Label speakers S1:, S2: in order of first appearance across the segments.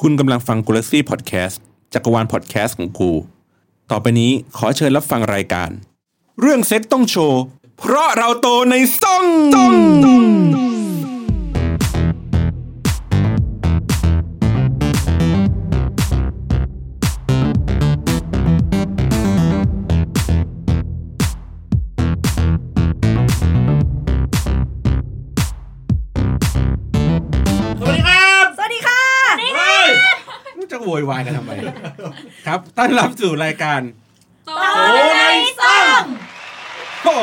S1: คุณกำลังฟังกูลซี่พอดแคสต์จักรวาลพอดแคสต์ของกู ต่อไปนี้ขอเชิญรับฟังรายการ เรื่องเซ็ตต้องโชว์ เพราะเราโตในซ่องต้อง
S2: สวัสดีครับ
S3: สวัสดีค่ะ
S2: เฮ้ย
S1: จะโวยวายกันทำไม ครับต้อนรับสู่รายการ
S3: โตในซ่อง
S1: โอ้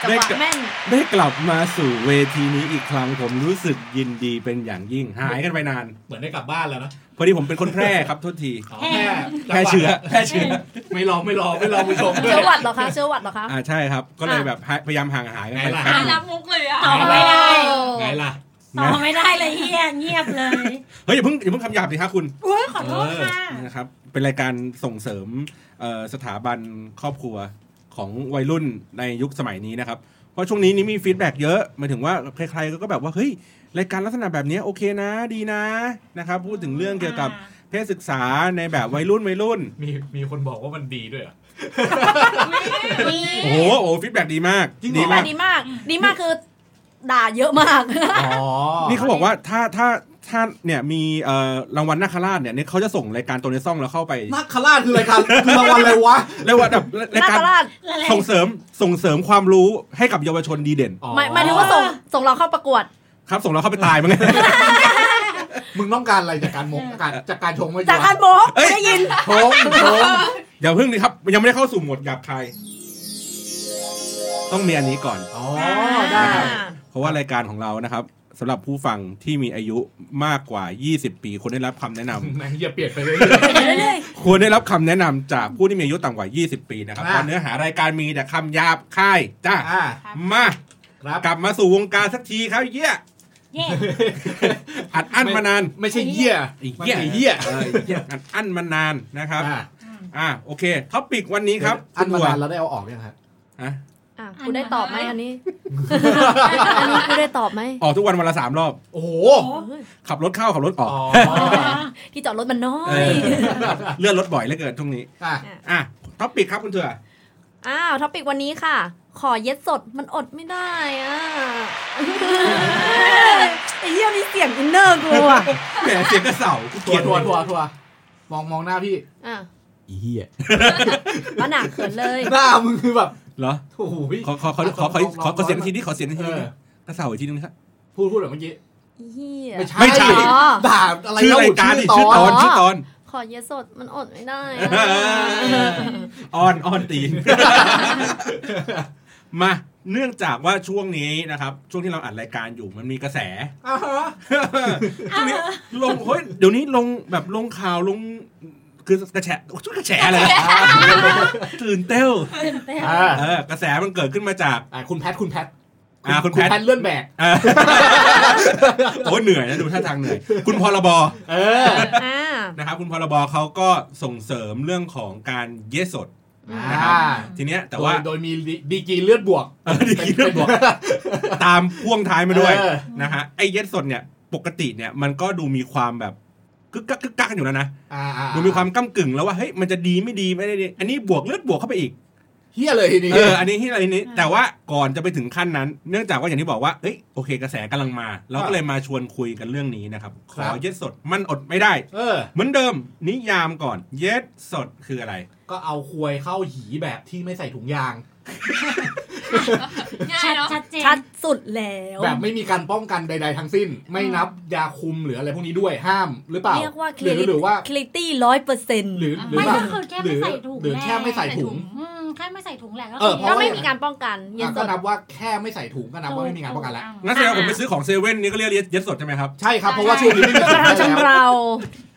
S3: จัง
S1: ได้
S3: หวะ
S1: กลับ
S3: แม่น
S1: ได้กลับมาสู่เวทีนี้อีกครั้งผมรู้สึกยินดีเป็นอย่างยิ่งหายกันไปนาน
S2: เหมือนได้กลับบ้านแล้วนะ
S1: พอดีผมเป็นคนแพร่ครับโทษที
S2: อ๋อแค่
S1: แพร่เชื้อแพร่เชื้อ
S2: ไม่รอไม่รอไม่รอผู้ชมด้ว
S3: เชื้
S2: ย
S3: อหวัดเหรอคะเชื้อหวัดเหรอคะ
S1: อ่าใช่ครับ ก็เลย
S3: อ่ะ
S1: แบบพยพยายามห่างหายกันไป
S2: ไงล่ะ
S1: แป๊บ
S4: อ่ะ
S1: นึง
S4: รับมุกเลยอ่ะ
S3: ต่อไม่ได้
S2: ไงล่ะ
S3: ต่อ
S1: นะ
S3: ไม่ได้เลยเฮียเงียบเลย
S1: เฮ้ยอย่าเพิ่งอย่าเพิ่งคำหยาบสิคะคุณ
S3: อุ้ยขอโทษค่ะ
S1: นะครับเป็นรายการส่งเสริมเอ่อสถาบันครอบครัวของวัยรุ่นในยุคสมัยนี้นะครับ เพราะช่วงนี้นี่มีฟีดแบ็กเยอะหมายถึงว่าใครๆก็แบบว่าเฮ้ยรายการลักษณะแบบนี้โอเคนะดีนะนะครับพูดถึงเรื่องเกี่ยวกับเพศศึกษาในแบบวัยรุ่นวัยรุ่น
S2: มีมีคนบอกว่ามันดีด้วยเหรอ
S3: ดี
S1: โอ้โหโอ้ฟีดแบ็กดีมาก
S2: จริงเหรอ
S3: มา
S1: ดีา
S3: ม
S1: ก ก
S3: ดีมาก ดีมากคือ ด่าเยอะมาก
S2: อ๋อ
S1: นี่เขาบอกว่าถ้าถ้าถ้าเนี่ยมีเอ่อรางวัลนาคราชเนี่ยเนี่ยเขาจะส่งรายการตัวในซ่องแล้วเข้าไป
S2: นักขล่าคือรายการคือรางวัลอะไรวะ
S1: เรียกว่าแบบราย
S3: นา
S1: การ
S3: ตราช
S1: ส่งเสริมส่งเสริมความรู้ให้กับเยาวชนดีเด่น
S2: อ๋อ
S3: หมายหมายถึงว่าส่งส่งเราเข้าประกวด
S1: ครับส่งเราเข้าไปตายมั้ง
S5: มึงต้องการอะไรจากการมกการจากการชงไม่
S3: จากอันโม
S1: เอ้ย
S3: ได้ยิน
S5: ชงชง
S1: อย่าเพิ่งนะครับยังไม่ได้เข้าสู่โหมดหยาบคายต้องมีอันนี้ก่อน
S2: อ๋อ
S5: ได้
S1: เพราะว่ารายการของเรานะครับสำหรับผู้ฟังที่มีอายุมากกว่า 20 ปีคนได้รับคำแนะนำ
S2: แหมอย่าเปลี่ยนไปเลย
S1: ควรได้รับคำ แนะนำจากผู้ที่มีอายุต่ำกว่า 20 ปีนะครับ
S5: อ่ะ
S1: เพราะเนื้อหารายการมีแต่คำหยาบคายจ้า
S5: อ่า
S1: มา
S5: ครับ
S1: กลับมาสู่วงการสักทีครับเยี่ยอัดอั้นมานาน
S5: ไม่ใช่เหี้ย
S1: ไอ้
S5: มัน
S1: เยี่ย
S5: ไอ้เหี้ย
S1: เออไอ้เหี้ยอัดอั้นมานานนะครับ
S5: อ่า
S1: อ่ะโอเคท็อปิกวันนี้ครับ
S5: อัน
S1: คุณบัวน
S5: มาานแล้วได้เอาออกยังฮะ
S1: อ่ะ
S3: อ่ะกูได้ตอบไหมอันนี้ อันนี้กูได้ตอบไหม
S1: ออกทุกวันวันละสามรอบ
S5: โอ้โห
S3: เฮ้ย
S1: ขับรถเข้าขับรถออก
S2: อ๋อ
S3: ที่จอดรถมันน้อ
S1: เอย อเลื่อนรถบ่อยเหลือเกินช่วงนี้
S5: อ่ะ
S1: อ่ะท็อปิกครับคุณเถื่อ
S3: อ้าวท็อปิกวันนี้ค่ะ ขอเย็ดสดมันอดไม่ได้อ่ ะไอ้เหี้ยมีเสียงอินเนอร์กูอ่ะ
S1: แหมเสียงกระเสากู
S5: ทั
S1: เกลี
S5: วย ร์
S1: ด
S5: ทัวร์ทัวร์ทัวร์มองมองหน้าพี่
S3: อ่ะ
S5: อีเหี้ย
S3: มาหนักเขินเลย
S5: หน้ามึงคือแบบ
S1: เหรอ
S5: โอ้โหพี่
S1: ขอขอขอขอขอขอขอเสียงอีกทีนี้ขอเสียงอีกทีนี้กระเสาอีกทีนึงครับ
S5: พูดพูดแบบเมื่อกี้
S3: ไอ้เหี้ย
S5: ไม่ใช่
S1: ไม่ใช่
S3: อ๋อ
S5: ด่าอะไร
S1: ชื่อ
S5: เล่
S1: รายการดิชื่อตอนชื่อตอน
S3: ขอเย็ดสดมันอดไม่ได้
S1: เอ
S3: อ่ะ
S1: ออ่อนอ่อนตีน มาเนื่องจากว่าช่วงนี้นะครับ ช่วงที่เราอัดรายการอยู่มันมีกระแส
S5: อ่าฮะ
S1: ช่วงนี้ลงเฮ้ยเดี๋ยวนี้ลงแบบลงข่าวลง คือกระแฉโอ้ยช่วงกระแฉอะไรนะตื่นเต้น
S5: อ่า
S1: เออกระแสมันเกิดขึ้นมาจาก
S5: อ่าคุณแพทคุณแพท
S1: อ่าคุณแพท
S5: แพทเลื่อนแบก
S1: เออโอ้ยเหนื่อยนะดูท่าทางเหนื่อย คุณพรบ
S5: เออ
S3: อ่า
S1: นะครับ คุณพรบเขาก็ส่งเสริมเรื่องของการเยสด นะครับ
S5: อ่า
S1: ทีเนี้ย แต่
S5: โดย
S1: ว่า
S5: โดยมีดีกรีเลือดบวก
S1: เออดีกรีเลือดบวก ตามพ่วงท้ายมาด้วย
S5: เออ
S1: นะฮะไอ้เย็ดสดเนี่ยปกติเนี่ยมันก็ดูมีความแบบกึกกักกึกกักกันอยู่แล้วนะ
S5: อ่าๆ
S1: ดูมีความก้ากึ่งแล้วว่าเฮ้ยมันจะดีไม่ดีไม่ได้ดีอันนี้บวกเลือดบวกเข้าไปอีก
S5: เฮี้ยเลยทีนี้
S1: เอออันนี้ที่อะไรนี้ แต่ว่าก่อนจะไปถึงขั้นนั้น เนื่องจากว่าอย่างที่บอกว่าเอ้ยโอเคกระแสกำลังมาเราก็เลยมาชวนคุยกันเรื่องนี้นะครับขอเย็ดสดมันอดไม่ได้
S5: เออ
S1: เหมือนเดิมนิยามก่อนเย็ดสดคืออะไร
S5: ก็เอาควยเข้าหีแบบที่ไม่ใส่ถุงยาง
S4: ง่า
S6: ชัด
S4: ยเนาะ
S6: ชัดเจน
S3: ชัดสุดแล้ว
S5: แบบไม่มีการป้องกันใด ๆ ทั้งสิ้น ไม่นับยาคุมหรืออะไรพวกนี้ด้วยห้ามหรือเปล่า
S3: เรียกว่าค
S5: หรื
S3: ลิ
S5: อหรือว่า
S3: คลิตี้ร้อยเปอร์เซ็นต์
S5: หรือหรือ
S6: ไม่
S5: ว่า
S6: ก็คือแค่
S5: หรื
S6: ไม่ใส่ถุง
S5: หรือแค่ไม่ใส่ถุง
S6: อืมแค่ไม่ใส่ถุงแหละก็
S5: เออเพ
S3: ก็
S5: ราะว่า
S3: ไม่มีการป้องกันเย็ด
S5: อ่ะ
S3: ส
S5: ก็
S3: ด
S5: นับว่าแค่ไม่ใส่ถุงก็นับว่าไม่มีการป้องกันแล้ว
S1: งั้นแสดงว่าผมไปซื้อของเซเว่นนี่ก็เรียกเย็ดสดใช่ไหมครับ
S5: ใช่ครับเพราะว่าช่วงนี้ไม่มี
S3: ถูกก
S5: ถุ
S3: ระทำ
S5: ง
S3: ชำ
S5: แล้ว
S3: เรา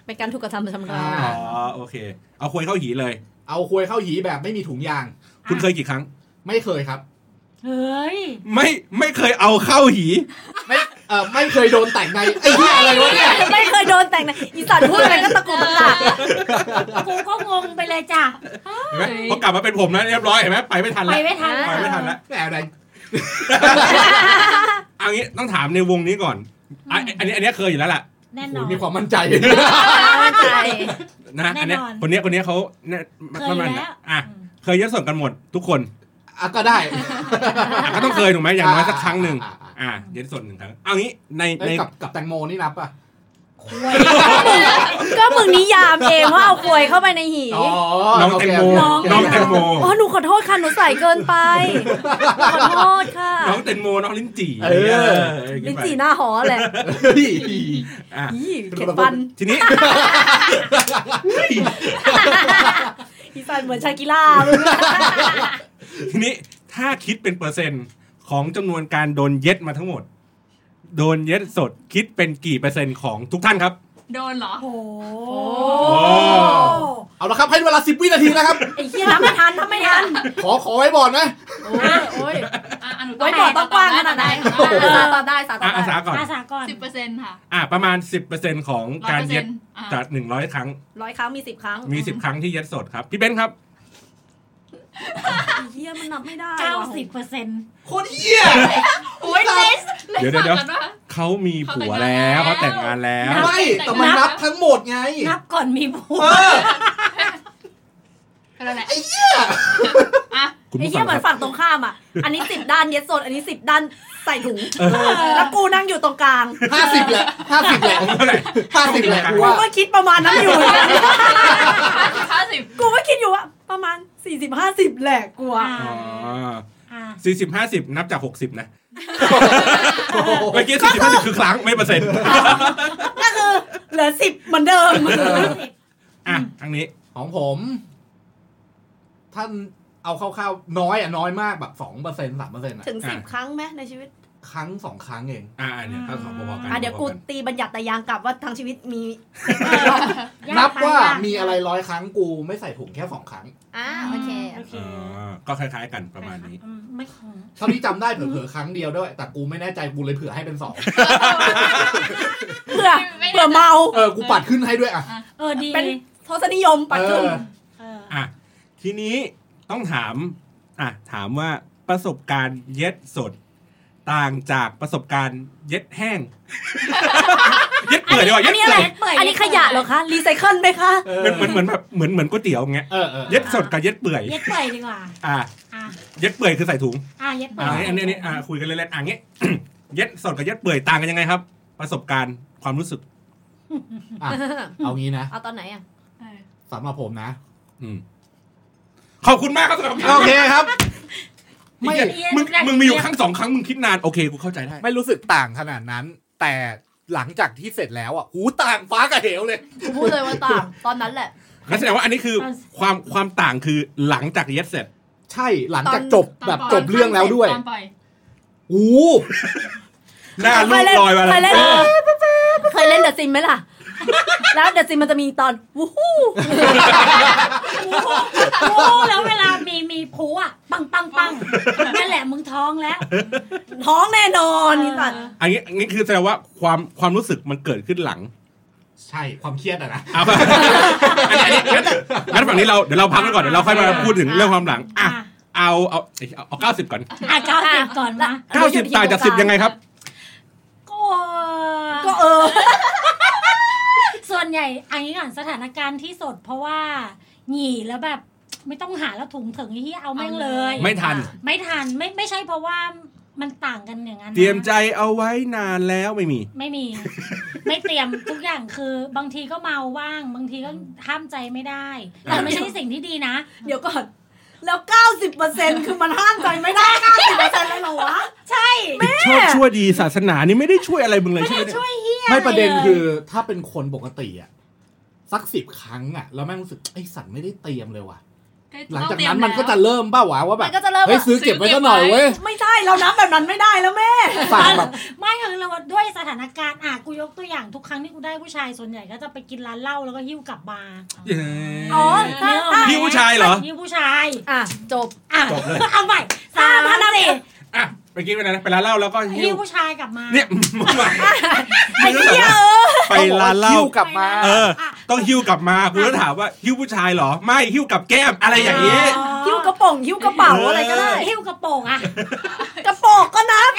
S3: เป็นการถูกกระทำชำเรา
S5: อ่า
S1: อ๋อโอเค เอาควยเข้าหีเลย
S5: เอาควยเข้าหีแบบไม่มีถุงยาง
S1: คุณเคยกี่ครั้ง
S5: ไม่เคยครับ
S6: เฮ้ย
S1: ไม่ไม่เคยเอาเข้าหี
S5: ไม่เออไม่เคยโดนแต่งใน ไอ้เหี้ยอะไรวะเนี่ย
S3: ไม่เคยโดนแต่งนะอีสัตว์พูดอะไรก็ตะกุกตะกัก
S6: กูก็งงไปเลยจ้ะ
S1: เห็นไหมพอกลับมาเป็นผมนะเรียบร้อยเห็นไหมไปไม่ทัน
S6: ไป
S1: แล้ว
S6: ไม่ทัน
S1: ไปไม่ทันแล้ว
S5: แหมอะไร
S1: เอางี้ต้องถามในวงนี้ก่อนอ่ะอันนี้อันนี้เคยอยู่แล้วล่ะ
S6: แน่น
S5: โอ้
S6: อย น
S5: มีความมั่นใจ
S3: ใช่
S1: นะอันเนี้ย
S6: แน่นอน
S1: คนเนี้ยคนเนี้ยเขาเนี่ย
S6: เคย
S1: มัน
S6: แล้ว
S1: อ่ะเคยยศส่งกันหมดทุกคน
S5: อ่ะก็ได้
S1: อ่ะก็ต้องเคยถูกไหมอย่างน้อย
S5: อ่า
S1: สักครั้งหนึ่ง
S5: อ่าอ่า
S1: อ่ะยศส่งหนึ่งครั้งเอางี้ใน
S5: เอ้
S1: ใน
S5: ยกับกับแตงโมนี่นับป่ะ
S3: ก็มึงนิยามเองว่าเอาควยเข้าไปในหี
S5: อ๋อ
S1: น้องแตงโม
S5: อเค
S1: น้องแตงโม
S3: อ๋อหนูขอโทษค่ะหนูใส่เกินไปขอโทษค่ะ
S1: น้องเตนโมน้องลิ้นจี่
S5: เออ
S3: ลิ้นจี่หน้าหอแหละ
S5: เฮ้ย
S1: อ่ะ
S3: อีเข็ดฟัน
S1: ทีนี้
S3: อีฟันเหมือนชากิล่า
S1: ทีนี้ถ้าคิดเป็นเปอร์เซ็นต์ของจำนวนการโดนเย็ดมาทั้งหมด โดนเย็ดสดคิดเป็นกี่เปอร์เซ็นต์ของทุกท่านครับ
S4: โดนเหรอ
S6: โอ้โห
S5: เอาละครับให้เวลาสิบวินาทีนะครับ
S3: ไอ้เหี้ยนับไม่ทันนับไม่ทัน
S5: ขอขอไว้บอร์ดนะ
S3: โอ้ยโอ้ย
S4: อ่ะะหนู
S3: ไว้ก่อนต้องกว้างขนาดไหนสาตอบได้สาตอ
S1: อ่ะ
S3: บ
S1: อา
S3: ได้
S1: สาก่อน
S6: อาสาก่อน
S4: สิบเปอร์เซ็นต์ค่ะ
S1: อ่ะประมาณ 10%ของ
S4: ร้อย
S1: การ
S4: เปอร์เซ็
S1: เย็
S4: น
S1: ด
S4: ต์อ่ะ
S1: จาก100 ครั้ง
S3: ร้อยครั้งมีสิบครั้ง
S1: มี 10 ครั้งที่เย็ดสดครับ พี่เบนซ์ครับ
S3: ไอ้เหี้ยมันนับไม่ได้
S6: เก้า
S3: ว่ะ
S6: สิบเปอร์เซ็นต์
S5: โคตรเหี้ย
S4: โอ้ยเลสเลส
S1: เดี๋ยวเดี๋ยว
S4: ฝากกันว่า
S1: เขามีผัวแล้วเขาแต่งงานแล้ว
S4: นับ
S5: ไม่แต่มันนับทั้งหมดไง
S6: นับก่อนมีผัว
S5: เออ
S4: แค่นั้นแหละ
S5: ไอ้เหี้ย
S4: อ่ะ
S1: คุณ
S3: ไอ้
S1: ผู้
S3: เหี้
S1: ฟั
S3: ย
S1: ง
S3: เหมื
S1: ค
S3: อน
S1: รับ
S3: ฝั่งตรงข้ามอ่ะ อันนี้สิบด้านเย็ดสด อันนี้สิบด้านใส่ถุง
S1: เออ
S3: แล้วกูนั่งอยู่ตรงกลาง
S5: ห้าสิบแหละห้าสิบแหละ
S1: ผมเท่าไหร่
S5: ห้าสิบ แหละกู
S3: กู
S5: ว่า
S3: ก็คิดประมาณนั้นอยู่
S4: ห้าสิบ
S3: กูก็คิดอยู่ว่าประมาณสี่สิบห้าสิบแหละกู
S6: อ่า
S3: อะ
S1: อ๋อ
S6: อ่า
S1: สี่สิบห้าสิบนับจาก 60 นะ เมื่อกี้สี่สิบห้าสิบคือครั้งไม่เปอร์เซ็นต์
S3: ก็คือเหลือสิบเหมือนเดิม
S1: อ่ะทางนี้
S5: ของผม ท่านเอาคร่าวๆน้อยอ่ะน้อยมากแบบสองเปอร์เซ็นต์สามเปอร์เซ็นต์อ่ะ
S3: ถึงสิบครั้งไหมในชีวิต
S5: ครั้งสองครั้งเอง
S1: อ่าอันเนี่ยข้าสองพอๆกัน
S3: อ่ะเดี๋ยวกูตีบัญญัติตายางกลับว่าทั้งชีวิตมี
S6: ยก
S5: นับว่า
S6: ปยก
S5: มีอะไรร้อยครั้งกูไม่ใส่ถุงแค่สองครั้ง
S3: อ่าโอเค
S6: โอเค
S1: อ่าก็คล้ายๆกันประมาณนี้
S6: อืไม่ของ
S5: เท่าที่จำได้เผลอๆครั้งเดียวด้วย แต่กูไม่แน่ใจกูเลยเผื่อให้เป็นสอง
S3: เพื่อ
S4: ไม่ได้
S3: เพื่อเมา
S5: เออกูปัดขึ้นให้ด้วยอ่ะ
S6: เออดี
S3: เป็นทศนิยมปัจจุ
S5: เอ
S3: บั
S5: อน
S6: เออ
S1: อ่ะทีนี้ต้องถาม อ่ะถามว่าประสบการณ์เย็ดสด ต่างจากประสบการณ์เย็ดแห้ง เย็ดเปื่อยดีกว่า
S3: อั
S1: เย็
S3: น
S1: ด
S3: นี้อะไร
S1: เปื่อย
S3: อันนี้ขยะเหรอคะ รีไซเคิลไหมคะ
S1: มันเหมือนเหมือนแบบเหมือนเหมือนก๋วยเตี๋ยวเงี้ย
S5: เออเออ
S1: เย็ดสดกับเย็ดเปื่อย
S6: เย็ดเปื่อยดีกว่า
S1: อ่ะ
S6: อ่ะ
S1: เย็ดเปื่อยคือใส่ถุง
S6: อ่ะเย็ดเปื่
S1: อ่ะ
S6: อย
S1: อันนี้อันนี้อันนี้อ่ะคุยกันเล่นๆอ่ะเงี้ย เย็ดสดกับเย็ดเปื่อยต่างกันยังไงครับ ประสบการณ์ความรู้สึก
S5: อ่ะเอางี้นะ
S3: เอาตอนไหนอ่ะ
S4: เออ
S5: สำหรับผมนะ
S1: อืมขอบคุณมากครับสำหรับ
S5: โอเคครับ ไม่
S1: ไม่มึงมึงมีอยู่ครั้งสองครั้งมึงคิดนานโอเคกูเข้าใจได้
S5: ไม่รู้สึกต่างขนาดนั้น แต่หลังจากที่เสร็จแล้วอ่ะหูต่างฟ้ากับเหวเลย
S3: กูพูดเลยว่า ต่าง ตอนนั้นแหละ
S1: งั้นแสดงว่าอันนี้คือความความต่างคือหลังจากเย็ดเส ร็จ
S5: ใช่หลังจาก
S3: ตอน
S5: จบ
S4: ตน
S5: แบบ
S4: ปล่ย
S5: จบเรื่องแล้วด้วย
S4: ตอนปล่อย
S5: โอ้
S1: หน้าลูกลอยมา
S3: เคย
S1: แล้
S3: เล่
S1: วน
S3: เคยเล่นเดอะซิมไหมล่ะ แล้วเดอะซิมมันจะมีตอนวู้ฮู้
S6: โอ้แล้วเวลามีมีผูอ่ะ ปังปังปังนั่นแหละมึงท้องแล้ว
S3: ท้องแน่นอนนี่สัตว์
S1: อันนี้อันนี้คือแสดงว่าความความรู้สึกมันเกิดขึ้นหลัง
S5: ใช่ความเครียดอะนะ
S1: อ่ะ อันนี้อันนี้งั้นงั้นฝั่งนี้เราเดี๋ยวเราพักกันก่อนเดี๋ยวเราค่อยมาพูดถึงเรื่องความหลังอ่ะ
S6: อ่ะ
S1: เอาเอาเอาเอาเก้าสิบก่อน
S6: อ่ะเก้าสิบก่อนมา
S1: เก้าสิบต่างจากสิบยังไงครับ
S6: ก็
S3: ก็เอ อ
S6: ส่วนใหญ่อันนี้ก่อนสถานการณ์ที่สดเพราะว่า หนีแล้วแบบไม่ต้องหาแล้วถุงถึงที่เอาแม่งเลย
S1: ไม่ทัน
S6: ไม่ทันไม่ไม่ใช่เพราะว่ามันต่างกันอย่างนั้นนะ
S1: เตรียมใจเอาไว้นานแล้วไม่มี
S6: ไม่มี ไม่เตรียมทุกอย่างคือบางทีก็เมาว่าง บางทีก็ห้ามใจไม่ได้ แต่ไม่ใช่สิ่งที่ดีนะ
S3: เดี๋ยวก่อน แล้ว 90%คือมันห้ามใจไม่ได้ 90%เลยเหรอวะ
S6: ใช่
S1: ผิดชอบชั่วดีศาสนานี่ไม่ได้ช่วยอะไรมึงเลยใช่ไหมเนี่ย
S5: ไม่ประเด็นคือถ้าเป็นคนปกติอะสักสิบครั้งอะแล้วแม่งรู้สึกไอ้สัตว์ไม่ได้เตรียมเลยว่ะ หลังจากนั้นมันก็จะเริ่มบ้าวะว่าแบ
S3: มั
S5: บ
S3: นก็จะเริ่ม
S5: เฮ้ยซื้อเก็บไว้ก็หน่อยเว้ย
S3: ไม่ใช่เรานับแบบนั้นไม่ได้แล้วแม่
S5: สั่งแบบ
S6: ไม่คือเราด้วยสถานการณ์อ่ะกูยกตัวอย่างทุกครั้งที่กูได้ผู้ชายส่วนใหญ่ก็จะไปกินร้านเหล้าแล้วก็หิ้วกลับมา
S3: อ๋อ
S6: เนื้ออกไหม
S1: หิ้วผู้ชายเหรอ
S6: หิ้วผู้ชาย
S3: อ่ะ จบ
S6: อ่ะ
S1: จบเลย
S6: เอาใหม่สามพันสี่
S1: อ่ะ เมื่อกี้เป็นอะไรนะไปร้านเหล้าแล้วก็หิ้
S6: หิ้
S1: ว
S6: วผู้ชายกลับมา
S1: เนี่ย
S3: ไอ้เหี้ยเออ
S1: ไปร้านเหล้า
S5: เที่ยวกลับมา
S1: เออ ต้องหิ้วกลับมาคุณก็ถามว่าหิ้วผู้ชายเหรอ ไม่หิ้วกับแก้มอะไรอย่างนี้
S3: หิ้วกระป๋องหิ้วกระเป๋าอะไรก็ได้
S6: หิ้วกระโปรงอะ
S3: กระโปรงก็นับ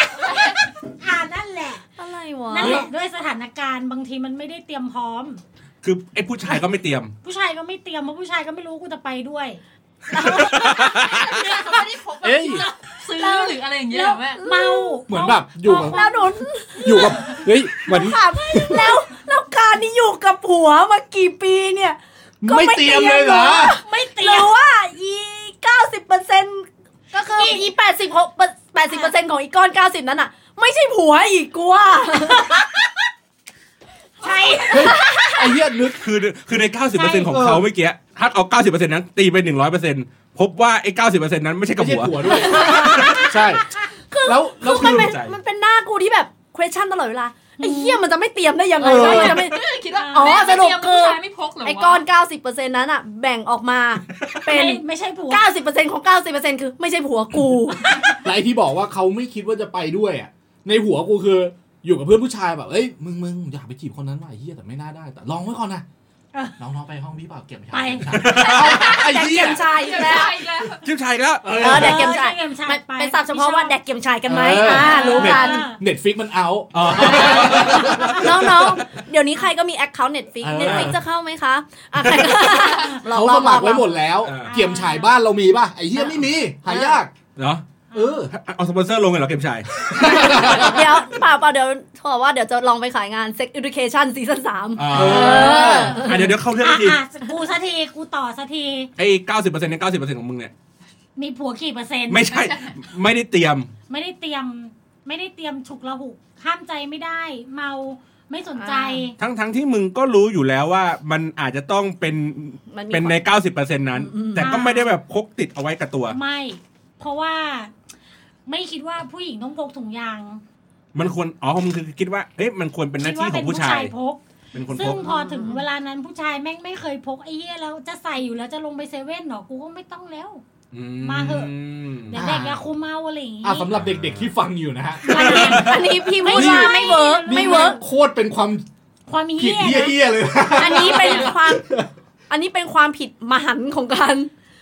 S6: อ่านั่นแหละ
S3: อะไรวะ
S6: นั่นแหละด้วยสถานการณ์บางทีมันไม่ได้เตรียมพร้อม
S1: คือไอ้ผู้ชายก็ไม่เตรียม
S6: ผู้ชายก็ไม่เตรียมเพราะผู้ชายก็ไม่รู้กูจะไปด้วย
S4: เนี่ยเขาไม่ได้พกแบบ
S5: เอ้ย
S4: ซื้อหรืออะไรอย่างเงี้ย
S6: แล้
S4: เหร
S6: ว
S4: อแม่
S6: เมา
S5: เหมือนแบบอยู่กับ
S3: แล้วหนู
S5: อยู่กับเฮ้ยเหมือน
S3: ถามแล้วแล้วการนี่อยู่กับผัวมากี่ปีเนี่ย ก็
S5: ไม่เตรียมเลยเหรอ
S6: ไม่เตรี
S3: ห
S6: ย
S3: รื
S6: ม
S3: อว่าอีเก้าสิบเปอร์เซ็นก็คืออีแปดสิบหกแปดสิบเปอร์เซ็นของอีก้อนเก้าสิบนั้นอ่ะ ไม่ใช่ผัวอีกกูว่า
S6: ใช่
S5: ไอ้เหี้ยนึก
S1: คือคือใน 90%ของ
S5: เออ
S1: เขาเมื่อกี้ถ้าเอา 90%นั้นตีไป 100%พบว่าไอ้ 90%นั้นไม่ใช่กั
S5: ไม่
S1: บ
S5: ใช่
S1: หัว
S5: หัวด้วย ใช่ แล้วแล้ว
S3: มั
S5: คือ
S3: นเป็น
S1: ใจ
S3: มันเป็นหน้ากูที่แบบ question ตลอดเวลาไอ้เหี้ยมันจะไม่เตรียมได้ยังไง
S5: เออ
S3: วะมันจะไม่
S4: คิดว่า
S3: อ๋อสรุปคือ
S4: ผู้ชายไม่พกเหรอวะ
S3: ไอ้ก้อน 90%นั้นอ่ะ แบ่งออกมาเป็น
S6: ไม่ไม่ใช่ผัว
S3: 90%ของ 90%คือไม่ใช่ผัวกู
S5: แล้วไอ้ที่บอกว่าเขาไม่คิดว่าจะไปด้วยอ่ะ ในหัวกูคืออยู่กับเพื่อนผู้ชายแบบเอ้ยมึงมึงอยากไปจีบคนนั้นว่ะไอ้เหี้ยแต่ไม่น่าได้แต่ลองไว้ก่อนนะ
S6: เออ
S5: น้องๆไปห้องพี่เปล่าเก็บ
S6: ไป
S5: เอาไอ้เหี้ย
S3: ใช่
S4: เดี๋ยว
S3: แล้
S4: ได้
S3: ว
S4: อีกแล้ว
S1: ชื่อชายก็
S5: เอ
S3: เออแดกเกมชาย
S6: เออแดกเกมชาย
S3: มัน
S6: ไป
S3: เป็นศัพท์เฉพาะ
S6: ไม่
S3: ว่า
S6: ชอบ
S3: แดกเกมชายกันไหม
S5: เอออ่
S3: อ่ารู้กัน
S5: เน็ตฟิกมันเอา
S1: อ๋อ
S3: น้องๆ เดี๋ยวนี้ใครก็มีแอคเคาท์ Netflix
S5: เออ
S3: Netflix จะเข้าไหมคะอ่ะใครก็ ลอง
S5: เขาส
S3: ลองล
S5: มั
S3: อ
S5: ค
S3: ง
S5: รไว้หมดแล้ว
S1: เออ
S5: เกี่ยมฉายบ้านเรามีป่ะไอ้เหี้ยไม่มีหายาก
S1: เหรอ
S5: เออ
S1: เอาสปอนเซอร์ลงเลยเหรอเกมชาย
S3: เดี๋ยวเปล่าเปล่าเดี๋ยวขอว่าเดี๋ยวจะลองไปขายงาน Sex Education ซีซั่นสาม
S1: อ่า
S5: เออ
S1: อ่ะเดี๋ยวเดี๋ยวเข้าเรื่อง
S6: อ่ะ
S1: ที
S6: อ่ะกูสักทีกูต่อสักที
S1: ไอ้เก้าสิบเปอร์เซ็นต์ในเก้าสิบเปอร์เซ็นต์ของมึง เนี่ย
S6: มีผัวกี่เปอร์เซ็นต์
S1: ไม่ใช่ ไม่ได้เตรียม
S6: ไม่ได้เตรียม ไม่ได้เตรียมฉุกละหุกห้ามใจไม่ได้ เมาไม่สนใจ
S1: ทั้งทั้งที่มึงก็รู้อยู่แล้วว่ามันอาจจะต้องเป็น
S3: มันมี
S1: เป็นใน
S3: ความ
S1: 90%นั้น
S3: อืม
S1: แต่ก็ไม่ได้แบบพกติดเอาไว้กับตัว
S6: ไม่ เพราะว่า ไม่คิดว่าผู้หญิงต้องพกถุงยาง
S1: มันควรอ๋อของมึงคือคิดว่าเอ๊ะมันควรเป็นหน้า
S6: คิ
S1: ที่
S6: ดว่า
S1: ขอ
S6: เป็
S1: ง
S6: นผู้
S1: ผู้ชา
S6: ชาย ยพก
S1: เป็นคน
S6: ซึ่
S1: พ
S6: ง
S1: ก
S6: พอถึงเวลานั้นผู้ชายแม่งไม่เคยพกไอ้เหี้ยแล้วจะใส่อยู่แล้วจะลงไปเซเว่นเหรอกูก็ไม่ต้องแล้ว
S1: อื
S6: มาเหอะ เดี๋ยว
S5: อ่า
S6: เด็กยาคุมเมาอะไรอย่างงี้
S5: อ่ะสำหรับเด็กๆที่ฟังอยู่นะฮะ
S3: อันนี้พี่พูดว่าไม่เวิร์กไม่เวิร์ก
S5: โคตรเป็นความ
S6: ความ
S5: ผิ
S6: เหี้
S5: ด
S6: ย
S5: เหี้ยเหี้ย
S6: นะ
S5: เลย
S3: อันนี้เป็นความ อันนี้เป็นความผิดมหันต์ของการ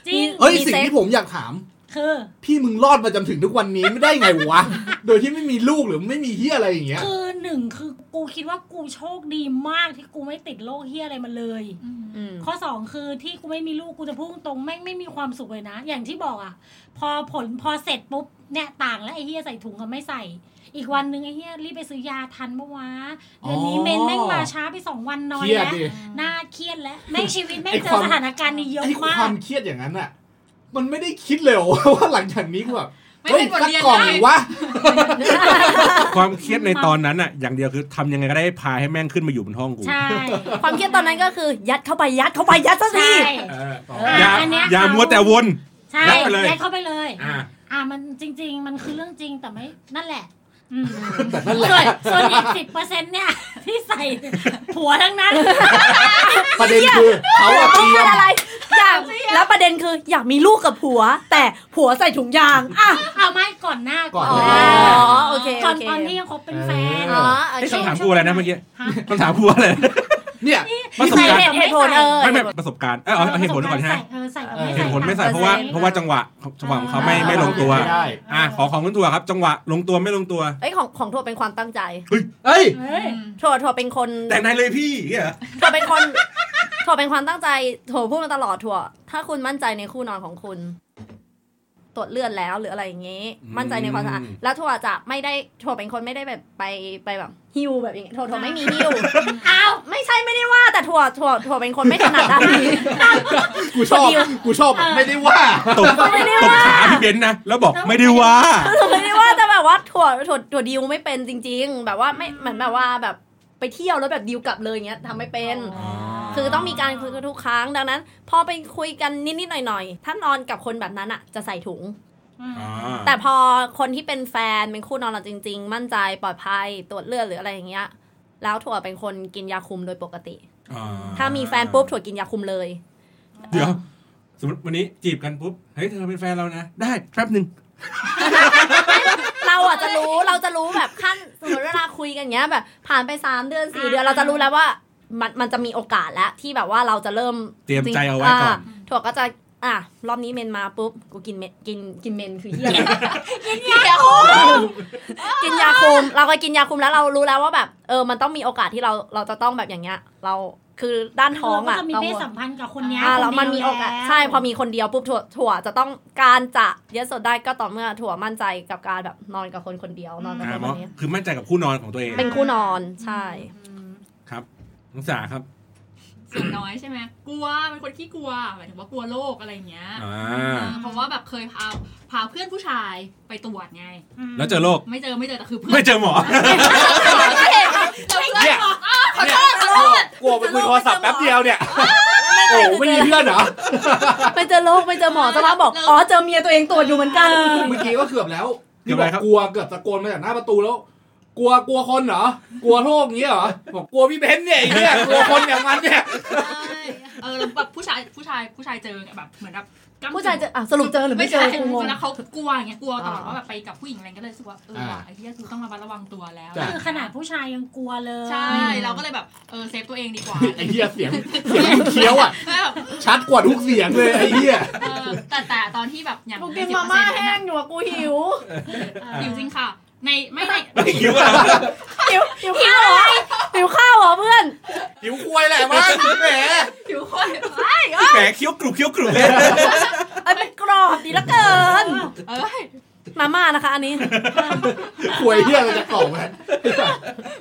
S6: จริง
S5: เฮ้ย
S3: มี
S5: สิ่ง
S3: เซ็ก
S5: ที่ผมอยากถาม
S6: คือ
S5: พี่มึงรอดมาจนถึงทุกวันนี้ไม่ได้ไงวะ โดยที่ไม่มีลูกหรือไม่มีเฮียอะไรอย่างเงี้ย
S6: คือหนึ่งคือกูคิดว่ากูโชคดีมากที่กูไม่ติดโรคเฮียอะไรมาเลย
S3: อืม
S6: ข้อสองคือที่กูไม่มีลูกกูจะพุ่งตรงแม่งไม่มีความสุขเลยนะ อย่างที่บอกอ่ะ พอผลพอเสร็จปุ๊บเนี่ยต่างแล้วไอ้เฮียใส่ถุงกับไม่ใส่ อีกวันหนึงไอ้เฮียรีบไปซื้อยาทันปะวะเดือนนี้
S5: อ๋อ
S6: เมนแม่งมาช้าไปสองวันนอน
S5: เครียด
S6: แล้ว
S5: ดิ
S6: หน้าเครียดแล้วแม่งชีวิตแม่ง
S5: ไอ้
S6: เจ
S5: ค
S6: อ
S5: วาม
S6: สถานการณ์นี้เยอะ
S5: ไอ้
S6: มา
S5: ควาก มเครียดอย่างนั้นอะมันไม่ได้คิดเลยเหรอ ว่าหลังจากนี้กูแบบ
S4: ไม่ได้บท
S5: สัก
S4: เรียน
S5: กล่อง
S4: ได้
S5: วะ
S1: ความเครียดในตอนนั้นอ่ะ อย่างเดียวคือทำยังไงก็ได้พาให้แม่งขึ้นมาอยู่บนห้องกู
S6: ใช่
S3: ความเครียดตอนนั้นก็คือ ยัดเข้าไปยัดเข้าไปยัดซะ
S6: ใช่
S3: สิ
S1: เออ
S6: อ
S1: อย่า
S6: อันเนี้ย
S1: อย่ามัวแต่วน
S6: ใช่
S1: ยัดไปเลย
S6: ยัดเข้าไปเลย
S1: อ่า
S6: อ่ามันจริง ๆ มันคือเรื่องจริงแต่ไม่นั่นแหละอืม
S5: แต่นั่นแหละ
S6: ส่วนส่วนอีกสิบเปอร์เซ็นต์เนี่ย ที่ใส่ผัวทั้งนั้น
S5: ประเด็นคือเขาอะเต
S3: ต้อ
S5: รี
S3: ง
S5: ย
S3: กาม รอะไร อยากแล้วประเด็นคืออยากมีลูกกับผัว แต่ผัวใส่ถุงยาง อ่ะ
S6: เอาไม่ก่อนหน้า
S5: ก่อน
S3: อ๋อ
S5: แรก
S3: โอเค
S6: ก่
S3: โอ
S6: อน
S3: เค
S6: ตอนที่ยังคบเป็นแฟน
S5: เ
S3: อ๋อโอ
S1: ไอ้
S3: เค
S1: คำถามกูอะไรนะเมื่อกี้
S6: ฮะ
S1: คำถามกูอะไร
S5: เนี่ย
S1: ประสบการณ์
S3: เหตุผลเออ
S1: ไม่ไม่ประสบการณ์ เออเอาเอาเหตุผลก่อนใช่ไหม
S6: เออใส่กับไม่ใส่
S1: เหตุผลไม่ใส่เพราะว่าเพราะว่าจังหวะจังหวะของเขาไม่ไม่ลงตัว
S5: ไม่ได้
S1: อ่ะขอของคุณตัวครับ จังหวะลงตัวไม่ลงตัว
S3: เอ้ยของของทัวเป็นความตั้งใจ
S5: เอ้ย
S6: เฮ้ย
S3: ทัวทัวเป็นคน
S1: แต่งนายเลยพี่อย่างเงี้ยเหรอ
S3: ทัวเป็นคนทัวเป็นความตั้งใจทัวพูดมาตลอดทัวถ้าคุณมั่นใจในคู่นอนของคุณ ตรวจเลือดแล้วหรืออะไรอย่างงี้
S1: อืม
S3: มั่นใจในความสะอาดแล้วทัวจะไม่ได้ทัวเป็นคนไม่ได้แบบไปไปแบบฮิวแบบอย่างเงี้ยทัวทัวไม่มีฮิวอ้าวไม่ใช่ไม่ได้ว่าแต่ทัวทัวทัวเป็นคนไม่ถนัด ด้านนี้
S5: กูชอบ กูชอบไม่ได้ว่า
S1: ตบตบขาพี่เบนซ์นะแล้วบอกไม่ได้ว่า
S3: ไม่ได้ว่าแต่แบบว่าถั่วถั่วถั่วดิวไม่เป็นจริง ๆ แบบว่าไม่เหมือนแบบว่าแบบไปเที่ยวแล้วแบบดิวกลับเลยอย่างเงี้ยทำไม่เป็น
S1: อ๋อ
S3: คือต้องมีการคุยกันทุกครั้งดังนั้น พอไปคุยกันนิดๆหน่อยๆถ้านอนกับคนแบบนั้นอ่ะจะใส่ถุง
S1: อ่า
S3: แต่พอคนที่เป็นแฟนเป็นคู่นอนเราจริง ๆ มั่นใจปลอดภัยตรวจเลือดหรืออะไรอย่างเงี้ย แล้วถั่วเป็นคนกินยาคุมโดยปกติ
S1: อ่
S3: ถ้ามีแฟนปุ๊บถั่วกินยาคุมเลย
S1: เดี๋ยว สมมติวันนี้จีบกันปุ๊บเฮ้ยเธอเป็นแฟนเรานะได้แป๊บหนึ่ง
S3: เรา อ่ะจะรู้เราจะรู้แบบขั้นสมมติเวลาคุยกันเงี้ยแบบ ผ่านไปสามเดือนสี่เดือนเราจะรู้แล้วว่า มันมันจะมีโอกาสแล้วที่แบบว่าเราจะเริ่ม
S1: เตรียมใจเอาไว้ก่อน
S3: าถั่วก็จะอ่ะรอบนี้เมนมาปุ๊บกูกินเมนกินกินเมนคือเหี้ยอะไร
S4: ยาคุ
S3: กินยาคุมเราก็กินยาคุมแล้วเรารู้แล้วว่าแบบเออมันต้องมีโอกาสที่เราเราจะต้องแบบอย่างเงี้ย เราคือด้านท้อง
S6: เรา
S3: อ่ะ
S6: ก็จะมี
S3: เรา
S6: เพศสัมพันธ์กับคนเนี้ย
S3: อ่า
S6: ค
S3: แล้ว
S6: เดียว
S3: มันมีโอกาส
S6: แล้ว
S3: ใช่พอมีคนเดียวปุ๊บถั่วถั่วจะต้องการจะเยสสดได้ก็ต่อเมื่อถั่วมั่นใจกับการแบบนอนกับคนคนเดียวนอนกับค
S1: อ่านเพ
S3: ค
S1: ราะ
S3: นนี้
S1: คือมั่นใจกับคู่นอนของตัวเอง
S3: เป็นคู่นอนใช่
S4: อืม
S1: ครับน้องสาครับ
S4: เสียงน้อยใช่ไหมกลัวเป็นคนขี้กลัวหมายถึงว่ากลัวโรคอะไรอย่างเงี้ย
S1: อ่า
S4: อ่าเพราะว่าแบบเคยพาพาเพื่อนผู้ชายไปตรวจไง
S6: ม
S1: แล้วเจอโรค
S4: ไม่เจอไม่เจอแต่คือเพื่อน
S1: ไม่เจอหมอ
S4: แต่เพื่อนบอกอ้าวขอโทษขอโทษ
S5: กลัวไปคุยโทรศัพท์แป๊บเดียวเนี่ย โอ้ไม่มีเพื่อนเหรอ
S3: ไปเจอโรคไปเจอหมอจะมาบอกอ๋อเจอเมียตัวเองตรวจอยู่เหมือนกัน
S5: เมื่อกี้ก็เกือบแล้ว
S1: เกื
S5: ที่
S1: อบบ อะ
S5: อ
S1: ไร
S5: ก
S1: ครับ
S5: กลัวเกือบตะโกนมาจากหน้าประตูแล้ว กลัวกลัวคนเหรอ กลัวโรคอย่างนี้เหรอบอกกลัวพี่เบนซ์เนี่ยไอ้เนี่ยกลัวคนอย่างมันเนี่ย
S4: เออแล้วแบบผู้ชายผู้ชายผู้ชายเจอไงแบบเหมือนแบบกำ
S3: ผู้ชายเจออ่ะสรุปเจอหรือไม่เจอ
S4: ใช่
S3: กูงง
S4: แล้วเขากลัวอย่างเงี้ยกลัวตลอด
S3: อ่า
S4: ว่าแบบไปกับผู้หญิงอะไรก็เลยรู้สึกว่าเออว่ะไอ้เหี้ยกูต้องระมัดระวังตัวแล้ว
S5: จ้ะ
S6: คือขนาดผู้ชายยังกลัวเลย
S4: ใช่เราก็เลยแบบเออเซฟตัวเองดีกว่า
S5: ไอ้เหี้ยเสียงเสียงมันเคี้ยวอ่ะ
S4: แต่แบบ
S5: ชัดกว่าทุกเสียงเลยไอ้เหี้ย
S4: เออแต่แต่ตอนที่แบบอย่าง
S3: กูกินมาม่าแห้ง
S4: 50%
S3: อยู่อะกูหิว
S4: น่ะหิวจริงค่ะ ในไม่ ใน
S1: คิดว่า
S3: หิวหิวข้าวเหรอหิวข้าวเหรอเพื่อน
S5: หิวควยแหละมั้งแหม
S4: ผิวค่อย
S1: แหมเคี้ยวกรุบเคี้ยวกรุบ
S3: ไอ้ยมันกรอบดีเหลือเกิน
S4: เอ้ย
S3: มาม่านะคะ อันนี้
S5: ควยเหี้ยเราจะกล่อมไหม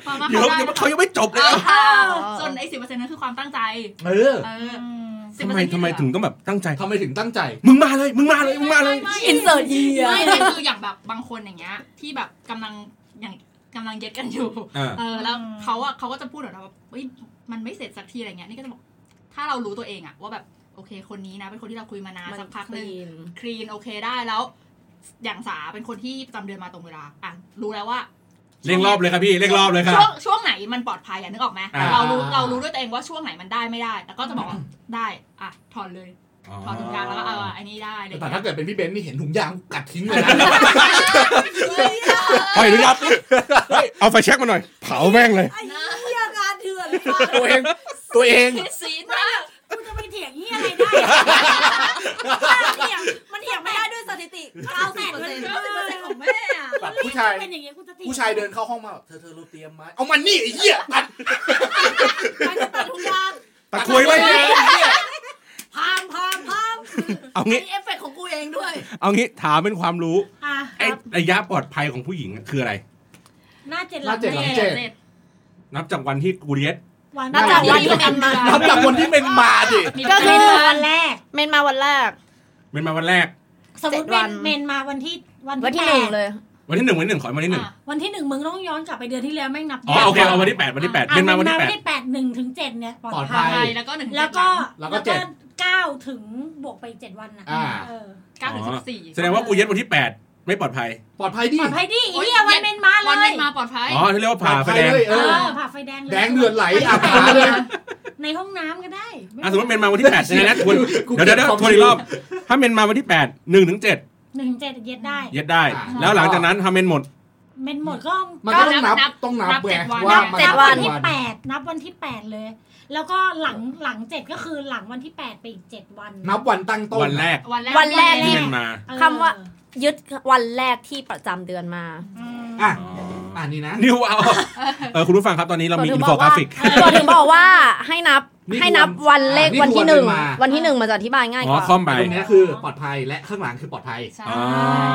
S4: มามา
S1: เดี๋ยว
S4: เขาได้
S1: เดี๋ยวเขายังไม่จบเลย
S4: อ้า
S1: นะ
S4: วส่วนไอ้สิบเปอร์เซ็นต์นั้นคือความตั้งใจ
S5: เออ
S4: เออ
S6: อืม
S4: สิบ
S1: ทำ
S4: เปอ
S1: ไม
S4: ร์เซ็นต์
S1: ทำไมถึงต้องแบบตั้งใจ
S5: ทำไมถึงตั้งใจ
S1: มึงมาเลย มึงมาเลย มึงมาเลย
S3: อินเสิร์ตอี อะ
S4: ไม่ไม่คืออย่างแบบบางคนอย่างเงี้ย ที่แบบกำลังอย่างกำลังเย็ดกันอยู่
S1: อ่า
S4: เออ แล้วเขาอ่ะเขาก็จะพูดแบบว่าเฮ้ยมันไม่เสร็จสักทีอะไรเงี้ย นี่ก็จะบอก ถ้าเรารู้ตัวเองอ่ะว่าแบบโอเค คนนี้นะ เป็นคนที่เราคุยมานานสักพักหนึง คลีนโอเคได้แล้ว อย่างสาเป็นคนที่ประจำเดือนมาตรงเวลาอ่ะรู้แล้วว่า
S1: เร่งรอบเลยครับพี่ เร่งรอบเลยครับ
S4: ช่วงช่วงไหนมันปลอดภัยอ่ะนึกออกไหม
S1: อ่า
S4: เรารู้เรารู้ด้วยตัวเองว่าช่วงไหนมันได้ไม่ได้ แล้วก็จะบอกว่าได้อ่ะถอนเลย
S1: อ๋อ
S4: ถอนถุงยางแล้วก็เอออันนี้ได้เลย
S5: แต่ถ้าเกิดเป็นพี่เบนซ์นี่เห็นถุงยางกัดทิ้งเลยนะ
S1: ปล่อยหรือยับเอาไฟแช็กมาหน่อย เผาแม่งเลย
S3: เฮียงานเถื่อน
S5: ตัวเอง ตัวเอง
S4: คิดซีดมาก
S6: กูจะไปเถียงเหียอะไรได้
S3: มันเถียงมันเถียงไม่ได้ด้วยสถิติ 90เปอร์เซ็นต์
S4: 90%ของแม่อะ
S5: แบบผู้ชาย
S6: เป็นอย่างเงี้ยกูจะถียง
S5: ผู้ชายเดินเข้าห้องมาแบบเธอเธอเราเตรียมไหมเอามันนี่ไอ้เหี้ยตัด
S3: มันจะตัดทุกอย่าง
S1: ตะคุยไว้
S5: ไอ้เหี้ย
S3: พามพามพาม
S1: เอางี้
S3: เอฟเฟกต์ของกูเองด้วย
S1: เอางี้ถามเป็นความรู้
S6: อ่ะ
S1: ไอ้ระยะปลอดภัยของผู้หญิงอะคืออะไร
S6: หน้าเจ็ดห
S5: ห
S6: ลั
S5: น้าง เจ็ดหลัง
S6: เจ็ด
S4: เจ็ด
S1: นับจากวันที่กูเรียน
S6: วัน
S3: นับจากวันที่เป็นมา
S5: นับจากคนที่เป็นมาดิ
S3: ก็คือ
S6: วันแรก
S3: เมนมาวันแรก
S1: เป็นมาวันแรก
S6: สมมติ
S3: เจ็ดวั
S6: เม
S3: น
S6: นเมนมาวันที่วัน
S3: วันที่
S6: ที่แป
S3: หนึ่ง
S6: ด
S3: เลย
S1: วันที่หนึ่งวันที่หนึ่งขอวันที่หนึ่ง
S4: อ่ะ
S6: วันที่หนึ่งมึงต้องย้อนกลับไปเดือนที่แล้วแม่งนับ
S1: อ๋อโอเคเอาวันที่แปดวันที่แปด
S6: อ่ะ
S1: เป็นมาวันที่แปด
S6: แปดหนึ่งถึงเจ็ดเนี่ยปลอด
S5: ปลอดภั
S4: ปลอ
S6: ภัย
S4: ดภัยแล้วก็หนึ่ง
S6: แล้วก็
S5: แล้วก็เจ็ด
S6: เก้าถึงบวกไปอีกเจ็ดวันน่ะ
S5: อ่า
S6: เออ
S4: เก้าถึง
S1: อ๋อ
S4: สิบสี่
S1: แสดงว่ากูเรียนวันที่แปดไม่ปลอดภัย
S5: ปลอดภัยดิ
S6: ปลอดภัยดิอีเนี่ยวันเมนมาเล
S4: วันเป็
S6: ย
S4: นมาปลอดภัย
S1: อ๋อที่เรียกว่าผ่าไฟแดง
S5: ปลอดภัยเลย
S6: เอ
S5: เออ
S6: อผ่าไฟแดงเลย
S5: แดงเดือดไหลอาบขาเลย
S6: ในห้องน้ำก็ได้
S1: อ่ะสมมติเป็นมาวันที่แปดนะนะทวน
S5: กู
S1: เดี๋ยวเดี๋ยวเดี๋ยวทวนอีกรอบ ถ้าเป็นมาวันที่แปดหนึ่งถึงเจ็ด
S6: หนึ่งเจ็ดเย็ดได้
S1: เย็ดได้
S5: อ่า
S1: แล้วหลังจากนั้นทำเป็นหมด
S6: เมนหมดก็
S5: มันก็ต้องนับต้องนับแหวกว่า
S6: นับ
S5: มั
S6: นับ
S5: กี่
S6: วันที่
S5: วัน
S6: แปดนับวันที่แปดเลย แล้วก็หลังหลังเจ็ดก็คือหลังวันที่แปดไปอีกเจ็ดวัน
S5: นับวันตั้งต้น
S1: วันแรก
S4: วันแรก
S3: วันแรก
S1: ที่เป็นมา
S6: เออ
S3: คำว่า ยึดวันแรกที่ประจำเดือนมา
S6: อืม
S5: อ่ะอ่านี่นะ
S1: นิวเอาเออคุณผู้ฟังครับตอนนี้เรามี
S3: ขอ
S1: อิ
S3: ถึ
S1: น
S3: ง
S1: โฟ
S3: บอก
S1: กรา
S3: ว่า
S1: ฟิก
S3: ขอถึงบอกว่าให้นับ
S5: นี่
S3: ให้นับวันเลข
S5: อ่านี่
S3: วันที่หนึ่ง
S5: คือวันมา
S3: วันที่หนึ่งมันจะอธิบายง่าย
S1: อ๋
S3: ก
S1: อ
S3: ว่า
S1: คล่อมไป
S5: ตรงเนี้ยคือปลอดภัยและข้างหลังคือปลอดภัย
S4: ใช่
S1: อ๋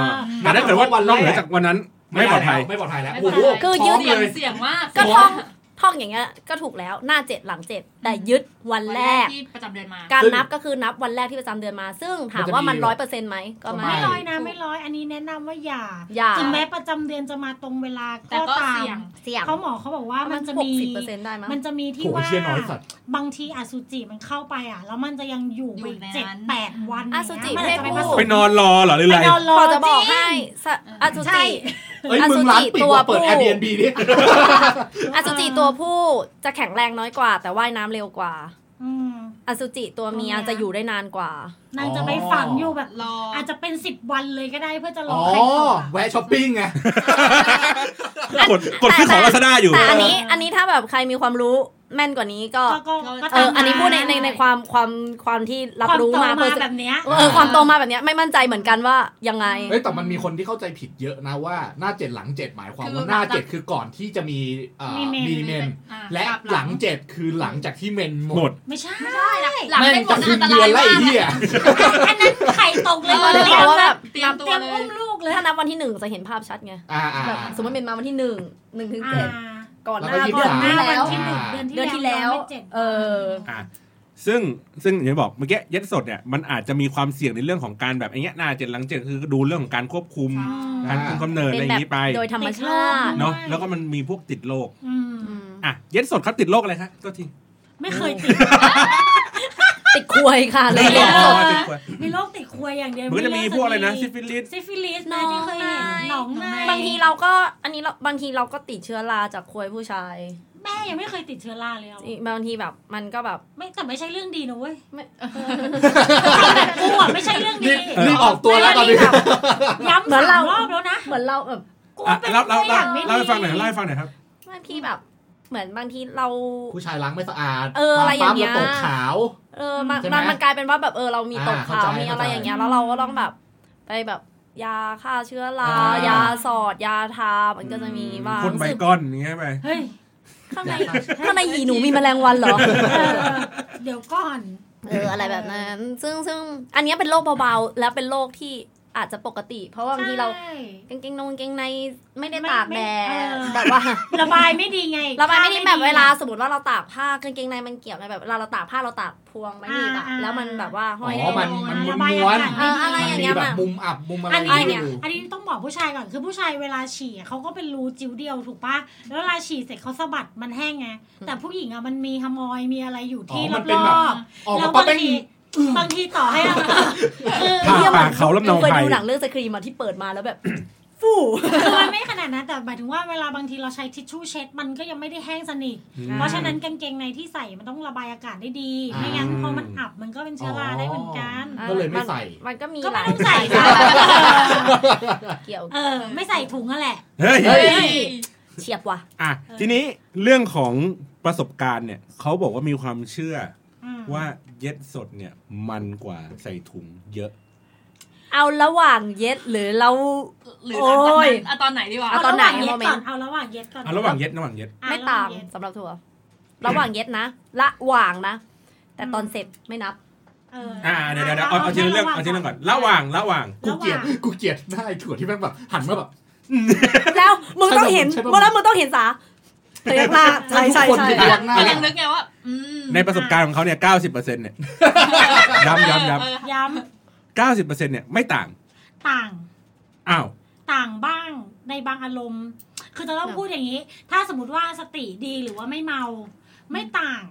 S1: อแต่
S5: นับ
S1: ถ้าเกิดว่า
S5: วัน
S1: น
S5: แร
S1: อ
S5: ก
S1: กเหนือจากวันนั้นไม่ปลอดภัย
S5: แวไม่ปลอดภัยแล้ว
S4: ไม่ปล
S5: โอ้
S4: อด
S5: โห
S4: ภัย
S3: คือ
S5: พร้ม
S3: ยืน
S4: เสียง
S5: เลย
S4: เสียงมาก
S3: ก็ท่องท่องอย่างเงี้ยก็ถูกแล้วหน้าเจ็ดหลังเจ็ดแต่ยึดวัน
S4: วัน
S3: แร
S4: แรก
S3: ก
S4: ที่ประจำเดือนมา
S3: การนับก็คือนับวันแรกที่ประจำเดือนมา ซึ่งถามว่ามันร้อยเปอร์เซ็นต์ไหมก็ไม่
S6: ไม่ร้อยนะไม่ร้อยอันนี้แนะนำว่าอย่า
S3: อย่า
S6: ถึงแม้ประจำเดือนจะมาตรงเวลา
S4: แต่ก็
S6: ก็ตา
S4: เสี่ย
S6: ม
S4: ง
S3: เสี่ยง
S6: เขาหมอเขาบอกว่ามันจะ
S3: หก
S6: มี
S3: สิบเปอร์เซ็นต์ได้มั้ง
S6: มันจะมีที่
S5: โถ่
S6: ว่า
S5: เชี่ยน้อยสัตว์
S6: บางทีอสุจิมันเข้าไปอ่ะ แล้วมันจะยังอยู่
S4: อยู่
S6: ไปอีก
S4: ใน
S6: เจ็ด
S4: นั้น
S6: แปดวัน
S3: อสุจิ
S6: มันอาจจะไป
S3: เพ
S6: ผ
S3: ศผู้
S6: สม
S1: ไปนอนรอเหรอหรืออะไร
S6: ไปนอนรอ
S3: พอจะบอก
S6: ริง
S3: ให้สะอสุ
S6: ใช่
S3: จิ
S5: เอ้ย
S3: อ
S5: มึ
S3: สุ
S5: ง
S3: จิ
S5: ร้านปิด
S3: ตัว
S5: ว่าเปิด
S3: ผู้
S5: Airbnb นี่
S3: อสุจิตัวผู้จะแข็งแรงน้อยกว่า แต่ว่ายน้ำเร็วกว่า
S6: อืม
S3: อสุจิตัวเมีย
S6: ตัวเมีย
S3: จะอยู่ได้นานกว่า
S6: นางจะไปฝังอยู่แบบ
S4: รอ
S6: อาจจะเป็นสิบวันเลยก็ได้เพื่อจะร
S5: อ๋
S6: อ
S5: อ
S6: ใครก่อน
S5: แวะช้อปปิ้งไง
S1: กดกดซื้อของลาซาด้าอยู่
S3: แต่อันนี้อันนี้ถ้าแบบใครมีความรู้แม่นกว่านี้ก็
S6: ก็ก็ก็
S3: เอ
S6: ตาม
S3: ออันนี้พูดในในในความความความที่รับรู้มา
S6: คว
S3: เพื่
S6: โต
S3: อ
S6: มาแบบเนี้ย
S3: เออความโตมาแบบเนี้ยไม่มั่นใจเหมือนกันว่ายังไง
S5: เอ้ยแต่มันมีคนที่เข้าใจผิดเยอะนะว่าหน้าเจ็ดหลังเจ็ดหมายความ
S4: คือ
S5: ว่าหน้าเจ็ดคือก่อนที่จะมีเอ่อ
S6: มีเมน
S5: มีเมน
S4: อ่า
S5: และ
S4: กบ
S5: หลังเจ็ดคือหลังจากที่เมน
S1: ห
S5: ห
S1: ม
S5: ม
S1: ด
S5: ด
S6: ไม่ใช่
S4: หลัง
S5: แม่
S4: ได้
S5: ง
S4: ผ
S5: จะ
S4: ล
S5: คื
S4: อั
S5: น
S4: นต
S5: เดือ
S4: รา
S5: ย นไล่
S4: มาก
S5: เหี้ย
S6: อันนั้นไข่ตกเลย
S3: เออ
S6: เตรียม
S3: แบบ
S4: เตรียม
S6: เต
S4: ตั
S6: รี
S4: ว
S6: ยม
S4: เล
S6: อุ้
S4: ย
S6: มลูกเลย
S3: ถ้านับวันที่หนึ่งจะเห็นภาพชัดไง
S5: อ่าอ่า
S3: แบบ
S5: อ่า
S3: สมมติเป็นมาวันที่หนึ่งหนึ่งถึง
S6: อ่า
S3: เจ็ดก่อนหน้า
S5: แล้วก็
S3: ก่อนหน้า
S6: วั
S3: แล้ว
S6: ที่หนึ่ง
S5: อ่า
S6: เดือนที่แล้ว
S3: เดือน
S6: ไม่
S3: ที่แล้ว
S6: จ็ด
S3: เออ
S1: อ่ะซึ่งซึ่งอย่างที่บอกเมื่อกี้เย็ดสดเนี่ยมันอาจจะมีความเสี่ยงในเรื่องของการแบบไอ้เงี้ยหน้าเจ็ดหลังเจ็ดคือดูเรื่องของการควบคุม
S4: ใช่
S1: การ
S6: อืม
S1: คุมกำเนิด
S3: เป็
S1: อะไร
S3: น
S1: อ
S3: แบ
S1: ย่าง
S3: บ
S1: นี้ไป
S3: โดยธรรมชาติ
S1: เนาะ
S6: ด้วย
S1: แล้วก็มันมีพวกติดโรค
S6: อืม
S3: อืม
S1: อ่ะเย็ดสดครับติดโรคอะไรคะตัวที
S6: ไม่เคยติด
S3: ติดควยค่ะเลย
S1: อ๋
S3: เนี่ย
S1: อติดโรค
S6: มีโรคติดครัวยอย่างเดียว
S1: มันก็จะมีพวกอะไรนะซิฟิลิส
S6: ซิฟิลิสนะที่เคยเห็นหนองใน
S3: บางทีเราก็อันนี้เราบางทีเราก็ติดเชื้อราจากควยผู้ชาย
S6: แม่ยังไม่เคยติดเชื้อราเลยอะ
S3: บางทีแบบมันก็แบบ
S6: ไม่แต่ไม่ใช่เรื่องดีนะเว้ ย
S3: ไม่
S6: แบบกูอะไม่ใช่เรื่องดี
S5: รีบรีบออกตัวแล้วตอนนี้
S3: ไม่ได้แบบ
S6: ย้ำ
S3: เหมือน
S6: สา
S3: เรา
S6: มรอบแล้วนะ
S3: เหมือนเราแบบ
S6: กู
S1: อ่ะ
S6: เป็น
S1: เล่าเล่า
S6: ตัวอ
S1: เล่า
S6: ย่างไม่ดี
S1: เล่าให้ฟังหน่อยเล่าให้ฟังหน่อยครับ
S3: บางทีแบบ เหมือนบางทีเรา
S5: ผู้ชายล้างไม่สะอาด
S3: เอออะไรอย่างเงี้ย
S5: ปั๊มแล้วตกขาว
S3: เออมัน
S5: ใช่ไหม
S3: มันมันกลายเป็นว่าแบบเออเรามีตก
S5: อ่า
S3: ขาว
S5: เข้าใจ
S3: มีอะไร
S5: เข้าใจ
S3: อย่างเงี้ยแล้วเราก็ต้องแบบ ไปแบบยาฆ่าเชื้อรา
S5: อ่าย
S3: ยาสอดยาทา มันก็จะมีบ้าง
S1: คนใบก้อนอย่างเงี้ยไป
S6: เฮ้ย
S3: ข้างในข้างในหีหนูมีแมลงวันเหรอ
S6: เออเดี๋ยวก่อน
S3: เอออะไรแบบนั้น ซึ่งซึ่งอันเนี้ยเป็นโรคเบาๆ และเป็นโรคที่อาจจะปกติ เพราะว่าบางทีเรา
S6: ใช่
S3: กางเกงนงกางเกงในไม่ได้
S6: ไม่
S3: ตากแดด
S6: ไม่เออ
S3: แบบว่า
S6: ระบายไม่ดีไง
S3: เราไม่ได้แบบเวลา
S6: ส
S3: สมมติว่าเราตากผ้ากางเกงในมันเกี่ยวไงแบบเวลาเราตากผ้าเราตากพวงไว้ดีแบบ
S6: อ่า
S3: แล้วมันแบบว่าห้
S5: อ๋
S3: อย
S5: อมันมัน
S6: ระบาย
S5: ม้วน
S6: อา
S5: ๆ
S6: กาศไม่ดี
S3: เอออะไร
S5: มัน
S3: อย่างเงี้
S5: มี
S3: ย
S5: แบบ
S3: มัน
S5: มุมอับมุมอะไร
S6: อัน
S5: อ
S6: นี้
S5: ยู่
S3: เนี่ย
S6: อันนี้ต้องบอกผู้ชายก่อนคือผู้ชายเวลาฉี่อะเขาก็เป็นรูจิ้วเดียวถูกปะแล้วเวลาฉี่เสร็จเขาสะบัดมันแห้งไงแต่ผู้หญิงอ่ะมันมีฮมอยมีอะไรอยู่ที่รอบ
S5: ออก
S6: ๆแล้
S5: มาว ปั๊บบ
S6: าง
S5: เป็น
S6: ทีบางทีต่อให้เรา คือ
S1: ผ้าป่าเขาลำเนา
S3: เคย
S1: ไทย
S3: ดูหนังเรื่องสครีมมาที่เปิดมาแล้วแบบ ฟู่
S6: คือมันไม่ขนาดนั้นแต่หมายถึงว่าเวลาบางทีเราใช้ทิชชู่เช็ดมันก็ยังไม่ได้แห้งสนิท
S1: อืม
S6: เพราะฉะนั้นกางเกงในที่ใส่มันต้องระบายอากาศได้ดี
S5: า
S6: ไม่งั้นพอมันอับมันก็เป็นเชื้อราได้เหมือนกัน
S3: อ๋อ
S5: ก็เลยไม่ใส่
S3: มันก็มี
S6: ก็
S3: ห
S6: ไม่
S3: ลาย
S6: ต้องใส่
S3: หลา
S6: ค่ะ
S3: ยเกี่ยว
S6: เออ ไม่ใส่ถุงอะแหละ
S1: เฮ้ย
S5: เฮ้ย
S3: เฉียบว่ะ
S1: อ่ะ ทีนี้เรื่องของประสบการณ์เนี่ยเขาบอกว่ามีความเชื่อ
S6: อืม
S1: อว่าเย็ดสดเนี่ยมันกว่าใส่ถุงเยอะ
S3: เอาระหว่างเย็ดหรือเรา
S4: หรือหลังจาก
S3: โอ้ย
S4: นั้นเอาตอนไหนดีวะ
S3: เอาตอนไหน
S6: เย็ด
S3: โมเม
S6: ก่
S3: น
S6: อน
S3: ต์
S6: เอาระหว่างเย็ดก่อน
S1: อ่ะระหว่างเย็ดระหว่างเย็ด
S6: อ่ะ
S3: ไม่
S6: ระหว่
S3: ต่าง
S6: เย็ด
S3: สำหรับถั่วระหว่างเย็ดนะระหว่างนะ แต่ตอนเสร็จไม่นับ
S6: เออ
S1: อ่า
S6: อ่ะ
S1: เดี๋ยวเดี๋ยวเดี๋ยวเอาเอาทีละเรื่องเอาทีละเรื่องก่อนระหว่างระหว่าง
S5: กูเกลียดกูเกลียดหน้าไอ้ถั่วที่แม่งแบบหันมาแบบ
S3: แล้วมึงต้องเห็น
S5: ใช่ปะ
S3: ว่าแล้วมึงต้องเห็นสาเตียง ลาใช่ใช่
S5: ทุกคน
S3: ใช่
S5: ที่วางหน้า
S4: ก็ยังนึกไงว่า อืม
S1: ในประสบการณ์ของเขาเนี่ยเก้าสิบเปอร์เซ็นต์เนี่ย ย้ำย้ำย้
S4: เออ
S6: ย้
S1: ำเก้าสิบเปอร์เซ็นต์เนี่ยไม่ต่าง
S6: ำต่าง
S1: อ้าว
S6: ต่างบ้างในบางอารมณ์ คือจะต้องพูดอย่างนี้ ถ้าสมมติว่าสติดีหรือว่าไม่เมา ไม่ต่าง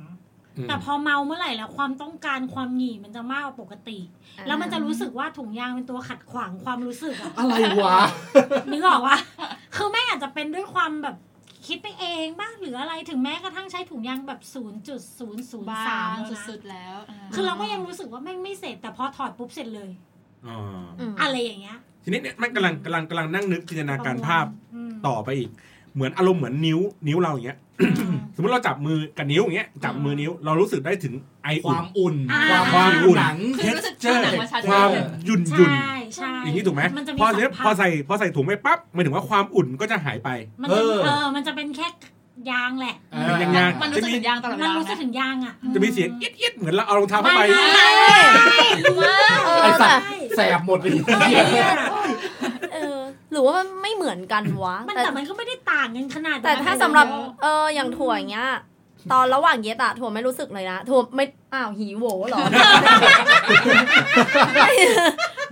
S1: อืม
S6: แต่พอเมาเมื่อไหร่แล้วความต้องการความหงี่มันจะมากกว่าปกติ แล้วมันจะรู้สึกว่าถุงยางเป็นตัวขัดขวางความรู้สึกอะ
S5: อะไรวะ
S6: นึกออกวะคือแม่งอาจจะเป็นด้วยความแบบคิดไปเองบ้างหรืออะไรถึงแม้กระทั่งใช้ถุงยางแบบ 0.003
S4: บา
S6: สาง ม
S4: สุดๆแล้ว
S6: คือเราก็ยังรู้สึกว่าแม่งไม่เสร็จแต่พอถอดปุ๊บเสร็จเลย
S1: อ๋อ
S3: อืม
S6: อะไรอย่างเงี้ย
S1: ทีนี้เนี่ยมันกำลังกำลังกำลังนั่งนึกจินตนาการภาพ
S6: อืม
S1: ต่อไปอีก เหมือนอารมณ์เหมือนนิ้วนิ้วเราอย่างเงี้ย
S6: ม
S1: สมมติเราจับมือกับนิ้วอย่างเงี้ยจับมือนิ้วเรารู้สึกได้ถึงไอ
S5: ค
S1: อุ่
S5: วาน มอุ่น
S6: อ่า
S5: ค
S1: ควา
S5: วาม
S1: มอุ่น
S5: หนัง
S4: คือรู้สึกเจอหนังมาชัด
S1: ค
S4: เจ
S1: วาม
S4: น
S1: ยุ่นยุ่น
S6: ใช่ใช่
S1: อย่างนี้ถูกไหม
S6: มันจะมี
S1: พอเนี้ย
S6: สัมผัส
S1: พอใส่พอใส่ถุงไปปั๊บหมายถึงว่าความอุ่นก็จะหายไป
S6: มันจะ
S5: เออ
S6: เออมันจะเป็นแค่ยางแหละ
S5: อ่า
S1: เป็นยังไง
S4: มันรู้สึกถึงยางตลอดเว
S6: มัน
S4: ลา
S6: รู้สึก
S4: นะ
S6: ถึงยางอ่ะ
S1: จะมีเสียงเอี๊ยดเอี๊ยดเหมือนเราเอารองเท้าเข้าไป
S3: เอ
S5: ไอ้
S3: อ
S5: สัต
S3: แต่
S5: ว์แสบหมดเลย
S3: เออหรือว่ามันไม่เหมือนกันวะ
S6: มัน
S3: แต่
S6: แต่มันก็ไม่ได้ต่างกันขนาดนั้น
S3: แต่ถ้าสำหรับเอออย่างถั่วอย่างเงี้ย ตอนระหว่างเย็ดอะถั่วไม่รู้สึกเลยนะถั่วไม่อ้าวหีโหวเหรอ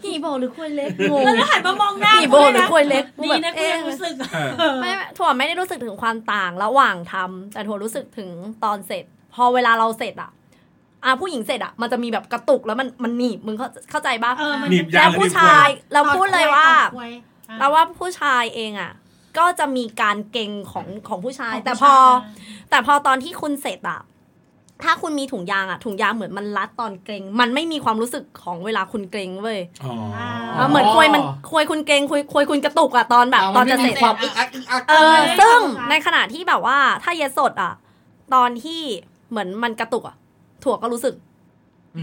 S3: หีโหวหรือควยเล็กงง
S6: แล้วก็หันมามองหน้า
S3: หีโหวหรือควยเล็ก
S6: ดีนะกู
S3: เอ๊ะ
S6: ยังรู้สึกอะ
S1: เออ
S6: เออ
S3: ไม่ไม่ถั่วไม่ได้รู้สึกถึงความต่างระหว่างทำแต่ถั่วรู้สึกถึงตอนเสร็จ พอเวลาเราเสร็จอะอ่ะผู้หญิงเสร็จอะมันจะมีแบบกระตุกแล้วมันมันหนีบมึงเข้าเข้าใจปะ
S6: เออมัน
S1: หนีบยา
S3: แล้ว
S1: งหรือ
S3: ผู้
S1: หนีบ
S3: ชา
S1: ก
S3: ยเราพูดเลยว่า
S6: ตอบกล้วยตอบกล้วย
S3: เราว่าผู้ชายเองอะก็จะมีการเก่งของของผู้ชาย แต่พอ แต่พอตอนที่คุณเสร็จอะ ถ้าคุณมีถุงยางอะถุงยางเหมือนมันรัดตอนเกรง มันไม่มีความรู้สึกของเวลาคุณเกรงเว้ย
S1: อ๋อ
S3: เออเหมือนควยมันควยคุณเกรงควยควยคุณกระตุกอะตอนแบบตอนจะเสร็จ
S5: ความอึกอักอึกอัก
S3: เออ
S4: ใช่
S3: ซึ่ง
S4: ใช่
S3: ในขณะที่แบบว่าถ้าเยสสดอ่ะ ตอนที่เหมือนมันกระตุกอ่ะ ถั่วก็รู้สึก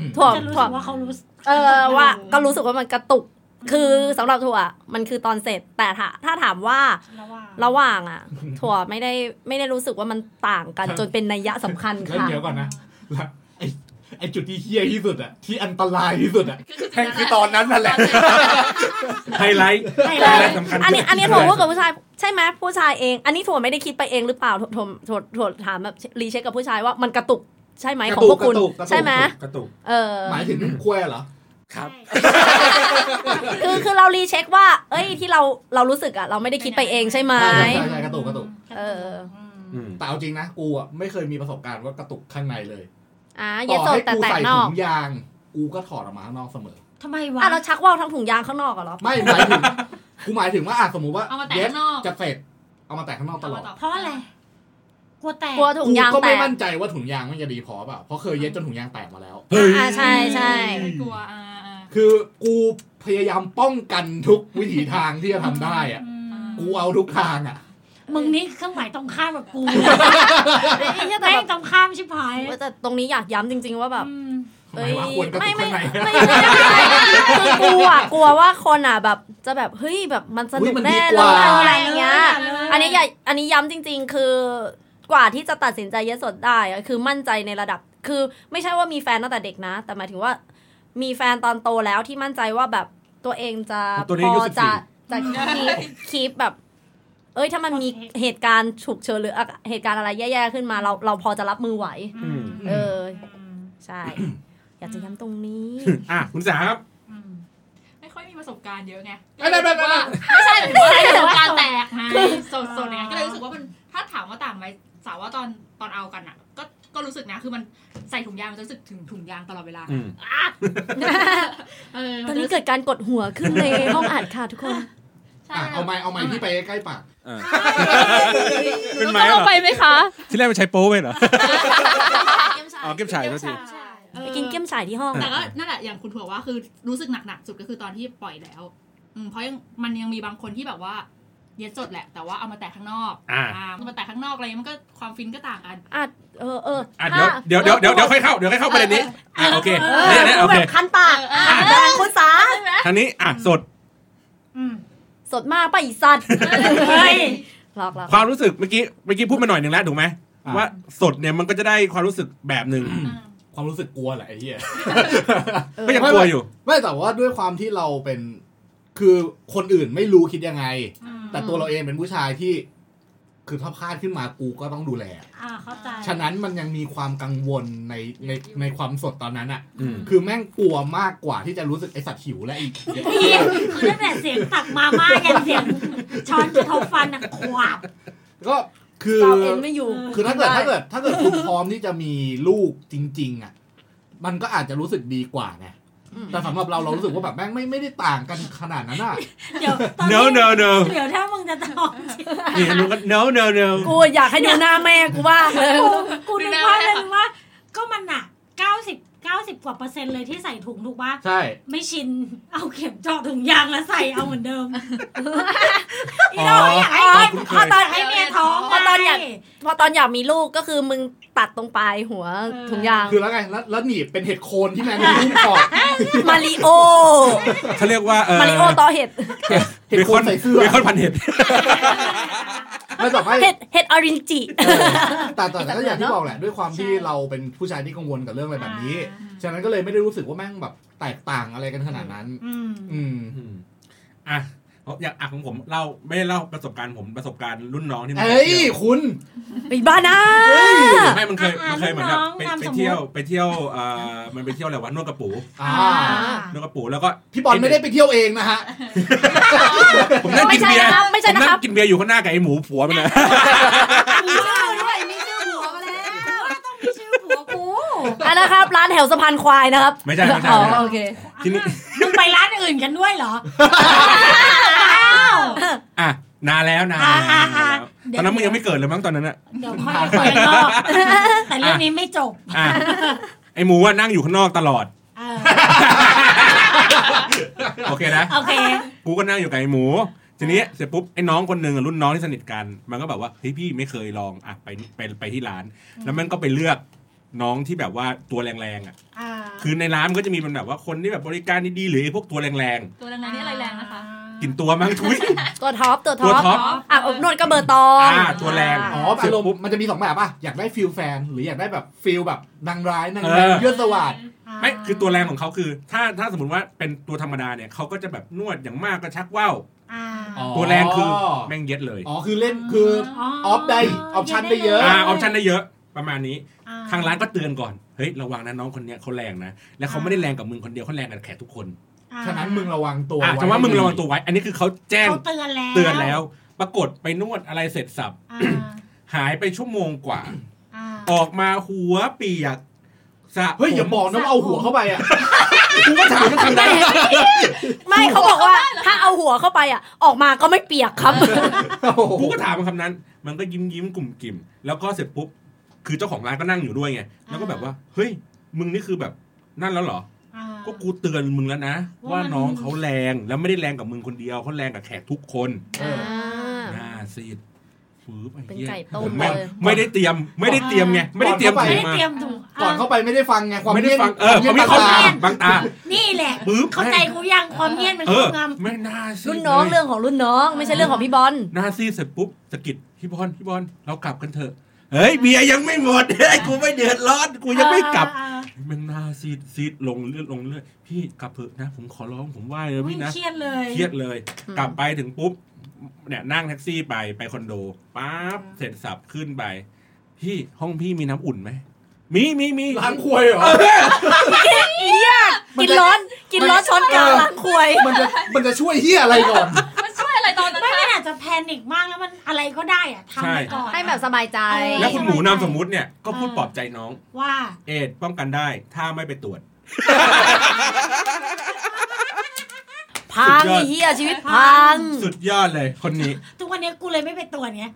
S5: ม
S3: ถั่ว
S6: จะรู้
S3: ถั่
S6: สึ
S3: ว
S6: กว่าเขารู้สึก
S3: เออว่าก็รู้สึกว่ามันกระตุก คือสำหรับถั่วมันคือตอนเสร็จแต่ถ้าถ้าถามว่า
S6: ระหว่าง
S3: ระหว่างอ่ะ ถั่วไม่ได้ไม่ได้รู้สึกว่ามันต่างกันจนเป็นนัยยะสำคัญ
S5: แล้ว
S3: ค่ะ
S5: เดี๋ยวก่อนนะแล้วไอ้ไอจุดที่เฮี้ยที่สุดอะที่อันตรายที่สุดอะแค่งคือตอนนั้นนั่นแหละ
S1: ไฮไลท์
S6: ไม่
S1: ไฮ
S6: ได้
S1: ไลท์สำคัญ
S3: อันนี้อันนี้ถั่วพูดกับผู้ชายใช่ไหมผู้ชายเอง อันนี้ถั่วไม่ได้คิดไปเองหรือเปล่าถั่วถั่วถั่วถั่วถามแบบรีเช็คกับผู้ชายว่ามันกระตุกใช่ไหมของพวกคุณ
S5: กระตุกกระตุก
S3: ใช่ไหม
S1: กระตุก
S3: เออ
S5: หมายถึงควยเหรอ
S1: ครับ
S3: คือคือเรารีเช็คว่า เอ้ยที่เราเรารู้สึกอะเราไม่ได้คิดไปเองใช่ไหม
S5: ใช่ใช่ใช่กระตุกกระตุก
S3: เออ
S1: อืม
S5: แต่เอาจริงนะกูอะไม่เคยมีประสบการณ์ว่ากระตุกข้างในเลย
S3: อ่ะเย
S5: ต่
S3: ส
S5: อ
S3: โซ
S5: ให้
S3: แต่
S5: กู
S3: แต่
S5: ใส่
S3: นอ
S5: ถุ
S3: ก
S5: งยาง กูก็ถอดออกมาข้างนอกเสมอ
S6: ทำไมวะ
S3: อ่ะเราชักว่าวทั้งถุงยางข้างนอกอะเหรอ
S5: ไม่หมายถึงกูหมายถึงว่าอ่ะสมมุติว่า
S4: เอามาแตะ
S5: ย็บ
S4: ข้างนอก
S5: จะเสร็จเอามาแตะข้างนอกตลอด
S6: เพราะอะไรกลัวแตก
S3: กลัวถุงยาง
S5: กูก็
S3: แต
S5: ไม่
S3: ก
S5: มั่นใจว่าถุงยางมันจะดีพอเปล่าเพราะเคยเย็บจนถุงยางแตกมาแล้ว
S1: เฮ้ย
S3: อ่ะใช่ใช่
S4: ไม่กลัวอ่าอ่า
S5: คือกูพยายามป้องกันทุกวิถีทางที่จะทำได้อ่ะ
S6: อืม
S5: กูเอาทุกทางอ่ะ
S6: มึงนี่เครื่องหมายตรงข้ามกับกู
S3: ไอ้เหี้ยแต่
S6: แม่
S3: แบ
S6: ง
S3: บ
S6: ตรงข้ามชิบหาย
S3: ว่าแต่ตรงนี้อยากย้ำจริง ๆ ว่าแบบ
S6: อืม
S5: ทำ
S3: เอ้ยว
S5: ไมะควรกระตุก
S3: ไม่ไม่
S5: ข้างใน
S3: ไม่ไม่ไม่คือกลัวกลัวว่าคนอะแบบจะแบบเฮ้ยแบบมันสนุ
S5: อุ๊
S3: ก
S5: ยมันดี
S3: แน่
S5: ก
S3: เล
S5: ว่า
S3: ยอะไรอย่างเงี้ย
S6: เอออั
S3: อันนี้อย่าอันนี้ย้ำจริง ๆ คือกว่าที่จะตัดสินใจเยสสดได้อะคือมั่นใจในระดับ คือไม่ใช่ว่ามีแฟนตั้งแต่เด็กนะ แต่หมายถึงว่า มีแฟนตอนโตแล้วที่มั่นใจว่าแบบตัวเองจะ
S1: ตัวนี้
S3: พ
S1: อายุ
S3: อจะ
S4: สิ
S3: จะ
S4: บสี่
S3: คีปคีปแบบ เอ้ยถ้ามันมีเหตุการณ์ฉุกเฉินหรือเหตุการณ์อะไรแย่ๆขึ้นมาเราเราพอจะรับมือไหว
S1: อืม
S3: เออ ใช่ อยากจะย้ำตรงนี้
S1: อ่ะคุณสาครับ
S4: ไม่ค่อยมีประสบการณ์เยอะไง
S5: ไม่ไม่ไม่ไม่
S4: ว่าไม่ใช่ไม่ใช่ประสบการณ์แตกไงโซนๆอย่างนั้นก็เลยรู้สึกว่ามันถ้าถามว่าต่างไหมสาวว่าตอนตอนเอากันอ่ะ ก็ก็รู้สึกนะคือมันใส่ถุงยางมันจะรู้สึกถึงถุงยางตลอดเวลา
S1: อืม
S4: อ่ะเออ
S3: ต
S4: มั
S3: อนน
S4: จะ
S3: นี้
S4: รู้สึก
S3: เกิดการกดหัวขึ้นในห้องอัดค่ะทุกคน
S4: ใช่
S5: อ่ะเอาไม้เอาไม้ที่ไปใกล้ๆปาก
S1: เออ เป็
S4: แล้
S1: น
S4: ว
S1: ไม้
S4: ก็
S1: เหรอ
S4: เราไปไหมคะ
S1: ที่แรกมันใช้โป้เว้ยเหรอ อ๋อเก็บฉาย
S4: เก็
S1: ซะ
S4: บ
S1: ที
S4: ฉายเออ
S3: ไปกินเกี๊ยมฉายที่ห้อง
S4: แต่ก็นั่นแหละอย่างคุณถั่วว่าคือรู้สึกหนักๆสุดก็คือตอนที่ปล่อยแล้วอืมเพราะยังมันยังมีบางคนที่แบบว่าเย็นสดแหละ แต่ว่าเอามาแตะข้างนอก
S1: อ่า
S4: อ่ามาแตะข้างนอกอะไรมันก็ความฟินก็ต่างกัน
S3: เออเออ
S1: อ่ะเดี๋ยว
S3: ถ้า
S1: เดี๋ยวเดี๋ยวเดี๋ยวเดี๋ยวค่อยเข้าเดี๋ยวค่อยเข้าประเด็นนี้อ่ะโอเค
S3: เออ
S1: เนี่ยเนี่ยโอ
S3: แบ
S1: เค
S3: บคันปาก
S4: เออเออ
S3: อ่ะเดินคุณสา
S1: ทางนี้อ่ะสด
S6: อืม
S3: สดมากป่ะอีสัตว์
S6: เฮ้ย
S3: หลอกหลอก
S1: ความรู้สึกเมื่อกี้เมื่อกี้พูดมาหน่อยหนึ่งแล้วถูกไหม
S5: อ่ะ
S1: ว่าสดเนี่ยมันก็จะได้ความรู้สึกแบบหนึ่ง
S5: ความรู้สึกกลัวแหละไอ้เหี้ย
S1: ก็ยังกลัวอยู่
S5: ไม่แต่ว่าด้วยความที่เราเป็นคือคนอื่นไม่รู้คิดยังไง
S6: อืม
S5: แต่ตัวเราเองเป็นผู้ชายที่ คือถ้าพลาดขึ้นมากูก็ต้องดูแล
S6: อ่าเข้าใจ
S5: ฉะนั้นมันยังมีความกังวลในในในความสดตอนนั้นอะ
S1: อืม
S5: คือแม่งกลัวมากกว่าที่จะรู้สึกไอสัตว์หิวและอีก
S6: เหี้ยคือตั้งแต่เสียงตักมาม่ายันเสี ยงช้อนที่เขาฟันอะขวาบ
S5: ก็คือ
S3: สาวเอ็นไม่อยู่
S5: คือถ้าเกิดถ้าเกิดถ้าเกิดคุณพร้อมที่จะมีลูกจริง ๆอะมันก็อาจจะรู้สึกดีกว่าไง
S3: อืม
S5: แต่สำหรับเราเรารู้สึกว่าแบบแม่งไม่ไม่ได้ต่างกันขนาดนั้นอะ
S6: เดี๋ยวตอน
S1: no
S6: นี้
S1: no no
S6: เดี๋ยวถ้ามึงจะต อบ
S1: นี่มันก็ no no no
S3: กูอยากให้ดูหน้าแม่กูบ้างเลย
S6: กูกูนึกว่าเลยนึกว่า ก็มันอะเก้าสิบเก้าสิบกว่าเปอร์เซ็นต์เลยที่ใส่ถุงถูกปะ
S5: ใช่
S6: ไม่ชิน เอาเข็มเจาะถุงยางแล้วใส่เอาเหมือนเดิมอี
S1: อ๋อ
S6: เราอยากให้
S1: อ๋อ
S6: เมีย
S1: คุ้นเค
S6: พอย ตอนให้เมียท้อง
S3: พอตอนอยาก
S6: ไง
S3: พอตอนอยากมีลูกก็คือมึงตัดตรงปลายหัว
S6: เออ
S3: ถุงยาง
S5: คือแล้วไงแล้วแล้วหนีบเป็นเห็ดโคนที่แม่ งมีลูกกอด
S3: มาริโอ
S1: เขาเรียกว่าเออ
S3: มาริโอต่อเห็ด
S5: เห็ดโคนใส่เสื้อ
S1: เบคอนพันเห็ด
S5: ไม่แต่ไม่
S3: เห็ดเห็ดออรินจิ
S5: เออแต่แต่แต่ก็อย่างที่บอกแหละ ด้วยความที่เราเป็นผู้ชายที่กังวลกับเรื่องอะไรแบบนี้ ฉะนั้นก็เลยไม่ได้รู้สึกว่าแม่งแบบแตกต่างอะไรกันขนาดนั้น
S6: อืม
S5: อืม
S1: อืมอ่ะเอาอยากอ่ะของผมเล่าไม่ได้เล่าประสบการณ์ผมประสบการณ์รุ่นน้องที่มัน
S5: เอ้ย
S1: เที่ยว
S5: คุณ
S3: ไอ้บ้านะ
S1: ไม่มันเคยมันเคยเหมือนแบบไป
S6: อ่ะรุ่น
S1: ไป
S6: น้องนามสมมุติ
S1: เที่ยวไปเที่ยวเอ่อมันไปเที่ยวอะไรวะนวดกระปู
S5: อ่า
S1: นวดกระปูแล้วก็
S5: พี่บอลไม่ได้ไปเที่ยวเองนะฮะ
S1: ผมนั่งกินเบียร์
S3: ไม่ใช่นะ
S1: ผม
S3: ครับไม่ใช่นะครับ
S1: นั่งกินเบียร์อยู่ข้างหน้ากับไอ้หมูผัวมันนะ
S6: มีชื่อด้วยมีชื่อผัวมาแล้ว ต้องมีชื่อผัวกู
S3: อันนะครับ ร้านแถวสะพานควายนะครับ
S1: ไม่ใช่ไม่ใช่
S3: อ๋อ
S1: ไม่ใช่
S3: โอเค
S1: ทีนี้
S6: มึงไปร้านอื่นกันด้วยเหรอ
S1: อ่ะ นานแล้วนาน
S6: อ่า
S1: แล้ว
S6: อ่าน
S1: านแล้ว
S6: เดี๋ยว
S1: ตอนนั้นมึงยังไม่เกิดเลยมั้งตอนนั้นอะ
S6: เดี๋ยวค่อยคุยกันนอกแต่เรื่องนี้ไม่จบ
S1: อ่ะไอหมูว่านั่งอยู่ข้างนอกตลอด
S6: เออ
S1: โอเคนะ
S6: โอเค
S1: กูก็นั่งอยู่กับไอ้หมู ทีนี้เสร็จปุ๊บไอ้น้องคนหนึ่งอะรุ่นน้องที่สนิทกัน มันก็แบบว่าเฮ้ยพี่ไม่เคยลองอ่ะไปไปไปที่ร้าน แล้วมันก็ไปเลือกน้องที่แบบว่าตัวแรงๆอ่ะ
S6: อ่า
S1: คือในร้านมันก็จะมีเป็นแบบว่าคนที่แบบบริการดีๆหรือไอ้พวกตัวแรง
S4: ตัวแรงๆนี่อะไรแรงนะคะ
S1: ๆกินตัวมั้งทุย
S3: ตัวท็อปตัว
S1: ตั
S3: ท็อ
S1: ว
S3: ป
S1: ท็อป
S3: อ่ะอบนวดกระเบอร์ตอง
S1: อ่าตัวแรง
S5: อ๋ออารมณ์มันจะมีสองแบบป่ะ อยากได้ฟิลแฟน หรืออยากได้แบบฟิลแบบนางร้ายนางแม
S1: เอ
S5: ว
S1: อ
S5: ยศสวัสด
S1: ไม่คือตัวแรงของเขาคือ ถ้าถ้าสมมติว่าเป็นตัวธรรมดาเนี่ยเขาก็จะแบบนวดอย่างมากก็ชักว่าว
S6: อ่า
S1: ตัวแรงคือแม่งเย็ดเลย
S5: อ๋อคือเล่นคือ ออฟได้ออปชั่นได้เยะ
S1: อ่าออปชั่นได้เยอะประมาณนี้
S6: อ่
S1: ทางร้านก็เตือนก่อน เฮ้ยระวังนะน้องคนเนี้ยเขาแรงนะ แล้วเขาไม่ได้แรงกับมึงคนเดียวเขาแรงกับแขกทุกคน
S6: อ่า
S5: ฉะนั้นมึงระวังตัว
S1: อ่ะ
S5: ไ
S1: แต่ว่ามึงระวังตัวไว้ อันนี้คือเขาแจ้ง
S6: เขาเตือนแล้ว
S1: เตือนแล้ว ปรากฏไปนวดอะไรเสร็จสับ
S6: อ่า
S1: หายไปชั่วโมงกว่า
S6: อ่า
S1: ออกมาหัวเปียกสระ
S5: เฮ้ยอย่า
S1: ผม
S5: บอกนะว่าเอาหัวเข้าไปอ่ะกูก็ถามกันทำได้
S3: ไม่เขาบอกว่าถ้าเอาหัวเข้าไปอ่ะ ออกมาก็ไม่เปียกครับ
S1: กูก็ถามมันคำนั้น มันก็ยิ้มยิ้มๆกลุ่มกลิ่มแล้วก็เสร็จปุ๊บ คือเจ้าของร้านก็นั่งอยู่ด้วยไง แล้วก็แบบว่า เฮ้ย มึงนี่คือแบบนั่นแล้วเหรอ
S6: อ่า
S1: ก็กูเตือนมึงแล้วนะ ว่า
S6: ว่ามัน
S1: น้องเขาแรงแล้วไม่ได้แรงกับมึงคนเดียวเขาแรงกับแขกทุกคน
S5: เออ
S1: หน้าซีดฟืบอ้
S3: เป็น
S1: หี้ย
S3: ไก่ต้ม
S1: ผไม่
S3: เลย
S1: ไม่ได้เตรียม ไม่ได้เตรียมไง ไม่ได้เตรียม
S5: ก่อน
S1: ถู
S6: ไม่
S1: กมา
S5: ข้าป
S6: ได้เตรียมถูก
S5: ก่อนเข้าไปไม่ได้ฟังไงความ
S1: ไม่ได้
S5: เงียบ
S1: ฟัง เออความไม่เข้าตาบางตา
S6: นี่แหละ
S1: ปึ๊บ
S6: เข้าใจกูยังความเงียบมัน
S1: เอ
S6: คร
S1: อ
S6: อบงำ
S1: ไม่น่าซีด
S3: รุ่นน้อง
S1: ลย
S3: เรื่องของรุ่นน้อง ไม่ใช่เรื่องของพี่บอล
S1: หน้าซีดเสร็จปุ๊บสะกิดพี่บอลพี่บอลเรากลับกันเถอะเฮ้ยเบียร์ยังไม่หมด เฮ้ยกูไม่เดือดร้อนกูยังไม่กลับ
S6: อ่า
S1: แมันหน้าซีดซีดลงเลือดลงเลือดพี่กลับเถอะนะ ผมขอร้องผมไหว้
S6: อ่า
S1: เลยพี่นะ
S6: เครียดเลย
S1: เครียดเลย
S3: อืม
S1: กลับไปถึงปุ๊บเนี่ยนั่งแท็กซี่ไปไปคอนโดปั๊บเสร็จสับขึ้นไป พี่ห้องพี่มีน้ำอุ่นไหมมีมีมี
S5: ล้างควยเหรอ มันจะ
S3: กินร้อน กินร้อนช้อนกลางล้างควย
S5: มันจะมันจะช่วยเฮียอะไรก่อน
S4: มันช่วยอะไรตอนนั้น
S6: ไม่
S4: คะ
S6: มันอาจจะแพนิคมากแล้วมันอะไรก็ได้อะทำไปก่อน
S3: ให้แบบสบายใจ
S6: เออ
S1: แล้วคุณหมูนามสมมุติเนี่ยก็พูดปลอบใจน้อง
S6: ว่า
S1: เอดป้องกันได้ ถ้าไม่ไปตรวจ
S3: พัง
S1: สุดยอด
S3: ไอ้เฮียชีวิตพัง
S1: สุดยอดเลยคนนี้
S6: ทุกวันนี้กูเลยไม่เป็นตัวเนี้ย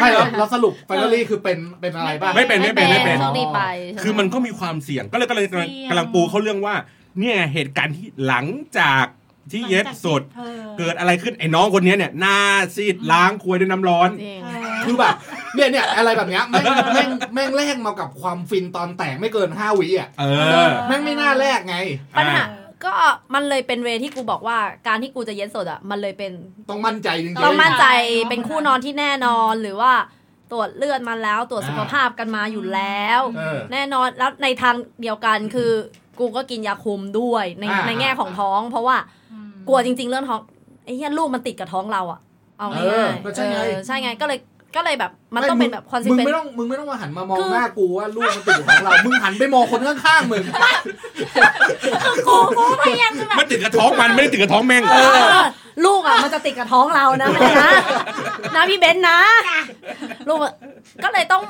S5: ไม่แล้วเราสรุปไฟนอลี่คือเป็นเป็นอะไรบ้าง
S1: ไม่เป็นไม่เป็นไม่เป็น
S3: โชคดีไปใช่ไห
S1: คือมันก็มีความเสี่ยงก็เลยก็เลยกำลัง
S6: เสี่ยง
S1: กำลังปูเขาเรื่องว่า เนี่ยเหตุการณ์ที่หลังจากที่เย็บสด
S6: เออ
S1: เกิดอะไรขึ้นไอ้น้องคนเนี้ยเนี่ยหน้าซีดล้างควยด้วยน้ำร้อน
S3: จริง
S6: เออ
S5: คือแบบเนี่ยเนี่ยอะไรแบบเนี้ยแม่งแม่งแม่งแลกมากับความฟินตอนแต่งไม่เกินห้าวิอ่ะ
S1: เออ
S5: แม่งไม่น่าแลกไง
S3: ปัญหา
S1: อ่ะ
S3: ก็มันเลยเป็นเวที่กูบอกว่าการที่กูจะเย็นสดอ่ะ มันเลยเป็น
S5: ต้องมั่นใจจริงๆ
S3: ต้องมั่นใจเป็นคู่นอนที่แน่นอนหรือว่าตรวจเลือดมาแล้วตรวจสุขภาพกันมาอยู่แล้ว
S5: เออ
S3: แน่นอนแล้วในทางเดียวกันคือ กูก็กินยาคุมด้วยใน
S5: อ่า
S3: ในแง่ของท้อง เพราะว่า
S6: อืม
S3: กลัวจริง ๆ เรื่องท้องไอ้เหี้ยลูกมันติดกับท้องเราอะเอา
S5: เออ
S3: ง่าย
S5: ก็
S3: ๆ
S5: ใช่ไง
S3: เออใช่ไงก็เลยก็เลยแบบมันต้องเป็นแบบคอนซิ
S5: มึง
S3: เปน
S5: ไม่ต้องมึงไม่ต้องมาหันมามอง
S3: คือ
S5: หน้ากูว่าลูกมันติดอยู่ของเรา มึงหันไปมองคนข้างๆมึง
S6: กูกูพยายามจะแบบ
S1: มันติดกระท้องมันไม่ได้ติดกระท้องแม่ง
S3: ลูกอะมันจะติดกับท้องเรา นะนะนะพี่เบนซ์ นะลูกอะก็เลยต้อง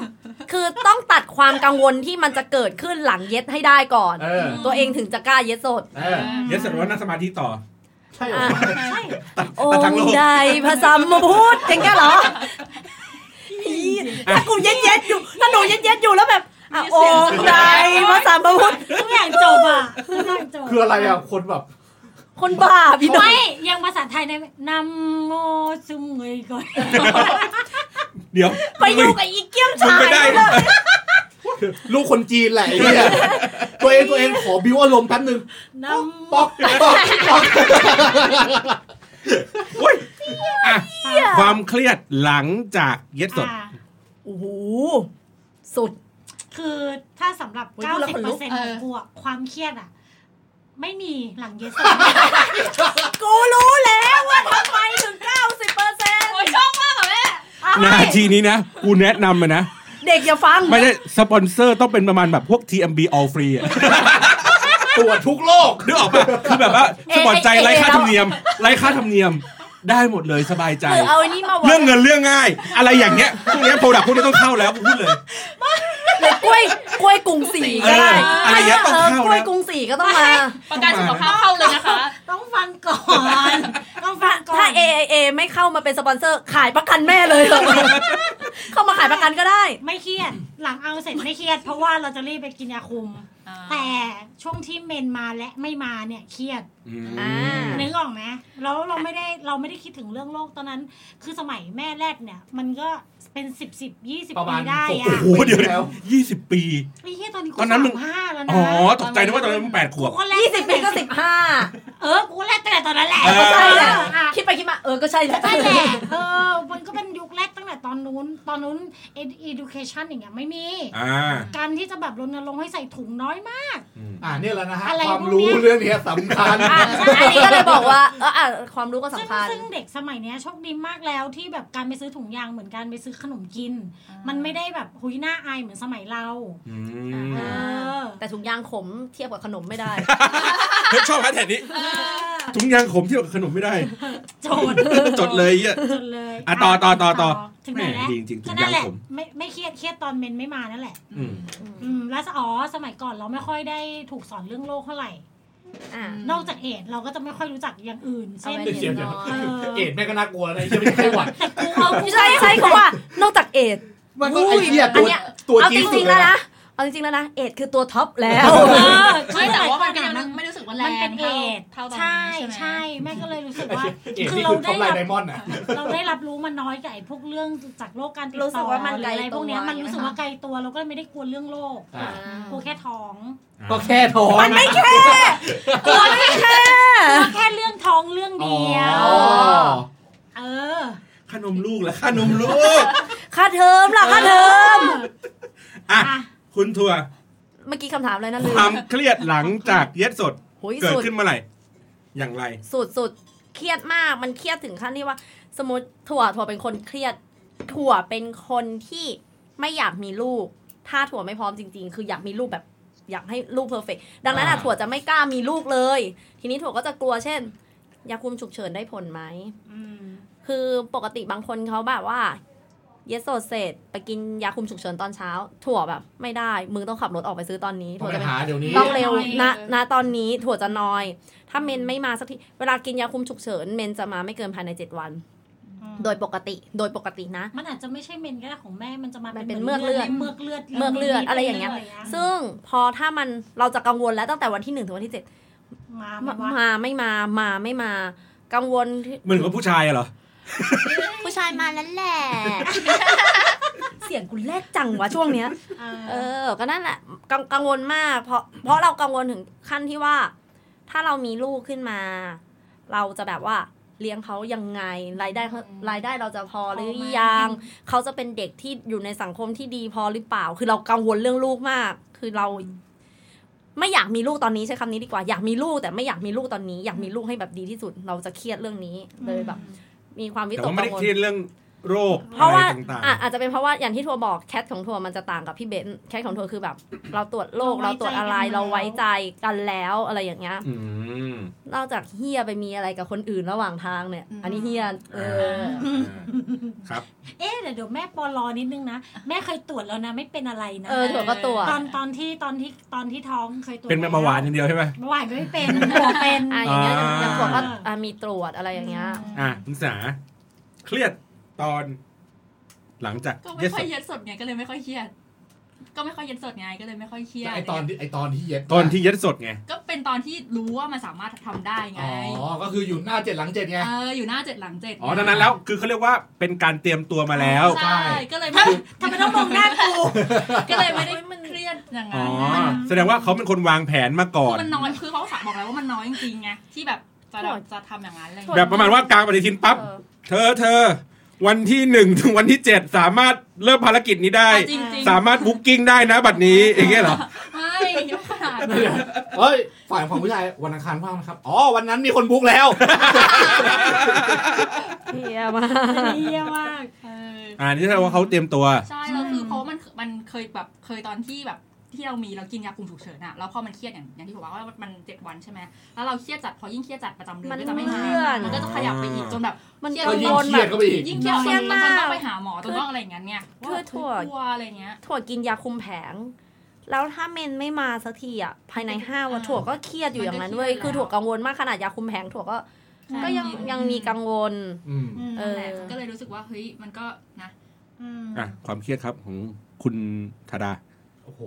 S3: คือต้องตัดความกังวลที่มันจะเกิดขึ้นหลังเย็ดให้ได้ก่อน
S5: เออ
S3: ตัวเองถึงจะกล้าเย็ดสด
S5: เออ
S1: เดี๋ยวเสร็จแล้วนั่งสมาธิต่อ
S5: ใช่เหรอ
S3: อ่ะ
S6: ใช่
S3: อง
S1: ทั้งโลก
S3: ค์ใดพระสัมมาพูดอย่างเงี้ยเหรออีถ้ากูเย็ดเย็ดๆอยู่ถ้าหนูเย็ดเย็ดๆอยู่แล้วแบบอ่ะองค์ใดพระสัมมาพูด
S6: ทุกอย่างจบอ่ะทุกอย่างจบ
S5: คืออะไรอ่ะคนแบบ
S3: คนบ้าพี่น้อง
S6: ไม่ยังภาษาไทยในนำโมซุมเงย ก่อน
S1: เดี๋ยว
S3: ไปอยู่กับอีเกี้ยม
S1: มึง
S3: ชาย
S1: ไม่ได้
S5: ลูกคนจีนแหละไอ้เนี่ยตัวเองตัวเองขอบิวอารมณ์แป๊บนึง
S6: น
S5: ป๊อกป๊อกป๊อก
S1: ความเครียดหลังจากเย็ด
S6: ำ
S1: สด
S6: อ่า
S3: โอ้โหสุด
S6: คือถ้าสำหรับ
S3: อุ๊ยพูดแล้วขนลุก
S6: 90%ของกูอะความเครียดอ่ะ ไม่มีหลังเยสด
S3: กูรู้แล้วว่าทำไมถึง 90เปอร์เซ็นต์
S4: โอ้ยชอบมากค่ะแม่
S1: นาทีนี้นะ กูแนะนำเลยนะ
S3: เด็กอย่าฟัง
S1: ไม่ใช่สปอนเซอร์ต้องเป็นประมาณแบบพวก TMB all free อะ
S5: ตรวจทุกโรค
S1: นึกออกปะคือแบบว่าสปอนใจ
S3: เอเอเอ
S1: ไร้ค่าธรรมเนียมไร้ค่าธรรมเนียมได้หมดเลยสบายใจ
S3: หรือเอาอันนี้มาวัด
S1: เรื่องเงินเรื่องง่าย อะไรอย่างเงี้ยพวกเนี้โปรดักพวกนี้ต้องเข้าแล้วกูพูดเลย
S3: หรือกล้วยกล้วยกรุงศรีก็ได้
S1: เอออะไรอย่างเงี้ยต้องเข้านะ
S3: กล้วยกรุงศรีก็ต้องมา
S4: ประกันสุขภาพเข้าเลยนะคะ
S6: ต้องฟังก่อนต้องฟัง
S3: า
S6: ก่อน
S3: ถ้า AIA ไม่เข้ามาเป็นสปอนเซอร์ ขายประกันแม่เลยเหรอ เข้ามาขายประกันก็ได้
S6: ไม่เครียด หลังเอาเสร็จไม่เครียด เพราะว่าเราจะรีบไปกินยาคุม
S4: อ่า
S6: แต่ช่วงที่เมนมาและไม่มาเนี่ยเครียด
S1: อืม
S3: อ่า
S6: นึกออกไหมแล้วเราไม่ได้เราไม่ได้คิดถึงเรื่องโลกตอนนั้น คือสมัยแม่แรกเนี่ย มันก็เป็นสิบสิบยี่สิบ
S2: ประ
S6: ปี
S2: มาณ
S6: ได้
S2: หก
S6: อะ
S1: โอ้โหเดี๋ยว
S2: แล้ว
S1: ยี่สิบปี
S6: ไอ้เหี้ยตอนนี้กู
S1: ตอนนั้นมึง
S6: สามห้าแล้วนะ
S1: อ๋อ ตกใจนึกว่าตอนนั้นมึงแปดขวบ
S6: กูก็แลก
S3: ยี่สิบปีก็สิบห้า
S6: เออกูก็แลกตั้งแต่ตอนนั้นแหละ
S1: เออ
S3: ใช่แหละ
S6: อ่ะ
S3: คิดไปคิดมา เออ ก็ใช่แหละ
S6: ใช่แหละ เออ มันก็เป็นยุคแรกตั้งแต่ตอนนู้น ตอนนู้น ed- education อย่างเงี้ยไม่มี
S1: อ่า
S6: การที่จะแบบรณรงค์ให้ใส่ถุงน้อยมาก
S1: อืม
S5: อ่าเนี่ยแหละนะฮะ
S6: อะไร
S5: ความ
S6: พวก
S5: รู้
S6: เนี้ย
S5: เรื่องเนี้ยสำคัญ
S3: อ่ะอันนี้ก็เลยบอกว่าเอออ่ะความรู้ก็
S6: ซึ่ง
S3: สำคัญ
S6: ซึ่งเด็กสมัยเนี้ยโชคดีมากแล้วที่แบบการไปซื้อถุงยางเหมือนการไปซื้อขนมกิน มันไม่ได้แบบหุยหน้าอายเหมือนสมัยเรา
S1: อืม
S6: เออ
S3: แต่ถุงยางขมเทียบกับขนมไม่ได้
S1: เฮ้ยชอบแฮชแท็กนี้ถุงยางขมเที่ยวกับขนมไม่ได้
S6: โจด
S1: จดเลยเหี้ย
S6: จดเลย
S1: อ่ะต่อต่อต่อต่อ
S6: ถึงไหนแล้ว
S1: แม่ดีจริงๆถุ
S6: ก็
S1: ง
S6: นั่
S1: ยาน ง
S6: แหละ
S1: ขม
S6: ไม่ไม่เครียดเครียดตอนเมนไม่มานั่นแหละ
S1: อืม
S6: อืมแล้วอ๋อสมัยก่อนเราไม่ค่อยได้ถูกสอนเรื่องโลกเท่าไหร่
S3: อ่ะ
S6: นอกจากเอดส์เราก็จะไม่ค่อยรู้จักอย่างอื่นเช่น
S3: เอาไว้
S5: เดี๋ยวเดี๋ยว
S3: เออ
S5: เอ็ดแม่งก็น่ากลัวนะไอ้เหี้ยไม่ใช่ไข้หวัด
S6: แต่กูเอากู
S3: ใช่ใช่เขาว่านอกจากเอด
S5: มันก็ไอ้เหี้ย
S3: อั
S5: ตั
S3: น
S5: ว
S3: เนี้ย
S5: ตัว
S3: เอา
S5: จี๊
S3: จ
S5: ดสุ
S3: ริ
S5: ด
S3: งๆ
S5: เล
S3: แล้ว
S5: ยนะ
S3: นะ เอาจริงๆแล้วนะ เอดคือตัวท็อปแล้ว
S6: เออ
S4: ไม่แต่ว่ามันก็
S6: ข
S4: ยัง
S6: ด
S4: ไม่รู้สึกว่าแร
S6: มันเป็
S4: ง
S6: นเอ
S4: เท่า
S6: ดส์
S4: เท่าตอน
S6: ใช่
S4: นี้ใช่
S6: ใช่
S4: ไหม
S6: แม่ก็เลยรู้สึกว่า
S5: เอ็ด
S6: คือ
S5: นี่
S6: เรา
S5: คือท็
S6: ได้
S5: อปไลน์
S6: รั
S5: ได
S6: บ
S5: มอนด์อ่ะ
S6: เราได้รับรู้มันน้อยกับไอ้พวกเรื่องจากโลกการติดต่อ
S3: รู้สึกว่ามันไกล
S6: หรืออะไรพวกเนี้ย
S3: ตัว
S6: มันรู้สึก
S3: ใช่ไหม
S6: ว่าไกลตัวเราก็เลยไม่ได้กลัวเรื่องโลก
S5: อ่า
S6: กลัวแค่ท้อง
S5: ก็แค่ท้อง
S3: มันไม่แค่กลัวไม่แค่
S6: กลัวแค่เรื่องท้องเรื่องเดียว
S5: อ๋อ
S6: เออ
S1: ขนมลูกละขนมลูก
S3: ค่าเทอมล่ะค่าเทอม
S1: อ่ะ
S6: อ่ะ
S1: คุณทัวร์
S3: เมื่อกี้คำถามอะไรนะลื
S1: ค
S3: ม
S1: วามเครียดหลังจากเย็ดสด
S3: โหย
S1: เกิด
S3: สุด
S1: ขึ้นเมื่อไหร่ อย่างไร
S3: สุดสุดเครียดมากมันเครียดถึงขั้นที่ว่า สมมติถั่วถั่วเป็นคนเครียด ถั่วเป็นคนที่ไม่อยากมีลูก ถ้าถั่วไม่พร้อมจริง ๆ คืออยากมีลูกแบบอยากให้ลูกเพอร์เฟกดังนั้นอะ
S5: อ่า
S3: ถั่วจะไม่กล้ามีลูกเลย ทีนี้ถั่วก็จะกลัวเช่น ยาคุมฉุกเฉินได้ผลไหม
S6: อืม
S3: คือปกติบางคนเขาแบบว่า เยสโซเสร็จไปกินยาคุมฉุกเฉินตอนเช้า ถั่วแบบ ไม่ได้มึงต้องขับรถออกไปซื้อตอนนี้
S5: ต้อ
S3: ถั่
S5: งไป
S3: วจะเป็น
S5: หาเดี๋ยวนี้
S3: ต้องเร็ว
S4: น้
S3: นะ
S4: อย
S3: นะตอนนี้ถั่วจะนอย ถ้าเมนไม่มาสักที เวลากินยาคุมฉุกเฉิน เมนจะมาไม่เกินภายใน 7 วัน โดยปกติ โดยปกตินะ
S6: มันอาจจะไม่ใช่เมนก็ได้ของแม่มันจะมา
S3: มัน
S6: เป็
S3: เป็น น
S6: หมื
S3: เมือกเลือด
S6: เมือกเลือด
S3: เมือกเลือดอะไรอย่างเงี้ย ซึ่งพอถ้ามันเราจะกังวลแล้วตั้งแต่วันที่1ถึงวันที่ 7
S6: มา
S3: มา
S6: มา
S3: มาไม่มามาไม่มา กังวลที่
S1: เหมือนกับผู้ชายอะเหรอ
S3: ผู้ชายมาแล้วแหละ เสียงกูแลกจังวะช่วงเนี้ย เออ ก็นั่นแหละกังกังวลมาก เพราะเพราะเรากังวลถึงขั้นที่ว่า ถ้าเรามีลูกขึ้นมา เราจะแบบว่าเลี้ยงเขายังไงรายได้เขารายได้เราจะพอหรือยังเขาจะเป็นเด็กที่อยู่ในสังคมที่ดีพอหรือเปล่า คือเรากังวลเรื่องลูกมาก คือเรา ไม่อยากมีลูกตอนนี้ใช้คำนี้ดีกว่าอยากมีลูกแต่ไม่อยากมีลูกตอนนี้ อยากมีลูกให้แบบดีที่สุด เราจะเครียดเรื่องนี้เลยแบบ มีความวิ
S1: แต่
S3: ตก
S1: ว่าไม่
S3: กั
S1: ได้
S3: งวล
S1: เครียดเรื่องโรค
S3: เพราะว่า
S1: อไต่าง
S3: อ่ะอาจจะเป็นเพราะว่าอย่างที่ทัวร์บอกแคทของทัวร์มันจะต่างกับพี่เบนซ์แคทของทัวร์คือแบบ เราตรวจโรค
S6: เราไว้
S3: เราตรวจอะไร
S6: ใจกันแล้ว
S3: เราไว้ใจกันแล้วอะไรอย่างเงี้ย
S1: ๆ อืม
S3: นอกจากเฮียไปมีอะไรกับคนอื่นระหว่างทางเนี่ย
S4: อืม
S3: อันนี้เฮียเออ
S1: อ่าครับ
S6: เอ๊ะเดี๋ยวเดี๋ยวแม่ปอลอนิดนึงนะ แม่เคยตรวจแล้วนะ ไม่เป็นอะไรนะ
S3: เออทัวร์ก็ตรวจ
S6: ตอนตอนที่ตอนที่ตอนที่ท้องเคยตรวจ
S1: เป็นเบาหวานอย่างเดียวใช่ไหม
S6: เบาหวานก็ไม่เป็นหัวเป็น
S3: อ่ะอย่างเงี้ยอย่างอย่าง
S1: อ่า
S3: ทัวร์ก็อ่ะมีตรวจอะไรอย่างเงี้ย
S1: อ่ะคุณสาเครียดตอน หลังจาก
S4: ก็
S1: เย็ดส
S4: ไม่ค่อ
S1: ด
S4: ยเย็ดสดไงก็เลยไม่ค่อยเครียด ก็ไม่ค่อยเย็ดสดไงก็เลยไม่ค่อยเครียด
S5: ไอตอนที่ไอตอนที่เย็บ
S1: ตอนที่เย็ดสดไง
S4: ก็เป็นตอนที่รู้ว่ามันสามารถทำได้ไง
S5: อ๋อ ก็คืออยู่หน้าเจ็ดหลังเจ็ดไง
S4: เอออยู่หน้าเจ็ดหลังเจ็ด
S1: อ๋อดังนั้นแล้ว คือเขาเรียกว่าเป็นการเตรียมตัวมาแล้ว
S4: ใช่ก็เลย
S6: ทำทำไมต้องมองหน้ากู
S4: ก็เลยไม่ได้มันเครียดอย่าง
S1: อ๋
S4: นั้
S1: อ
S4: น
S1: แสดงว่าเขาเป็นคนวางแผนมาก่อ
S4: คื
S1: น
S4: อมันน้อยคือเขาสาบอกแล้วว่ามันน้อยจริงๆไงที่แบบจะแบบจะทำอย่างนั้นอะไรอย่าง
S1: แบ
S4: เงี้ย
S1: บประมาณว่ากลางปฏิทินปั๊บ เธอเธอ วันที่หนึ่งถึงวันที่เจ็ดสามารถเริ่มภารกิจนี้ได้
S4: แต่จริงๆ
S1: สามารถบุ๊กกิ้งได้นะ บัดนี้อย่างเงี้ยเหรอ
S4: ไม่ยกขนาดนั้น
S5: เฮ้ย ฝ่ายของผู้ชายวันอังคารว่างไหมครับ อ๋อ วันนั้นมีคนบุ๊กแล้ว
S3: เฮียมาก
S6: เยี่ยมมาก
S4: เออ
S1: อ่านี่แสดงว่าเขาเตรียมตัว
S4: ใช่แล้วคือเพราะว่ามันมันเคยแบบเคยตอนที่แบบที่เรามีเรากินยาคุมฉุกเฉินอะแล้วพอมันเครียดอย่างอย่างที่ผมบอกว่ามันเจ็ดวันใช่ไหมแล้วเราเครียดจัดพอยิ่งเครียดจัดประจำเดือนก็จะไม่มามันก็จะขยับไปอีกจนแบบ
S3: มัน
S4: เครียด
S3: กั
S5: ก็
S3: ง
S5: ยิ่ง
S3: วล
S5: เค
S3: แบ
S5: รียด
S3: บ
S5: เข้าไปอีก
S4: ยิ่งเครียด
S3: เครียด
S4: มัน
S3: มาก
S4: จนต้องไปหาหมอจนต้องอะไรอย่างเงี้ยเนี่ย
S3: คือถั่ว
S4: กลัวอะไรเงี้ย
S3: ถั่วกินยาคุมแผง แล้วถ้าเมนไม่มาสักทีอ่ะภายในห้าวัน
S4: อ่า
S3: ถั่วก็เครียดอยู่อย่างนั้น
S4: มันก็
S3: เว้ย
S4: เครียด
S3: คือ
S4: แล้ว
S3: ถั่วกังวลมากขนาดยาคุมแผงถั่วก็
S4: ใช่
S3: ก็ยังยังมีกังวล
S5: อืม
S4: อืมนั่นแหละ
S3: เออ
S4: ก็เลยรู้สึกว่าเฮ้ยมันก็นะ
S6: อืม
S1: อ่ะความเครียดครับของคุณธาดา
S5: โอ้โห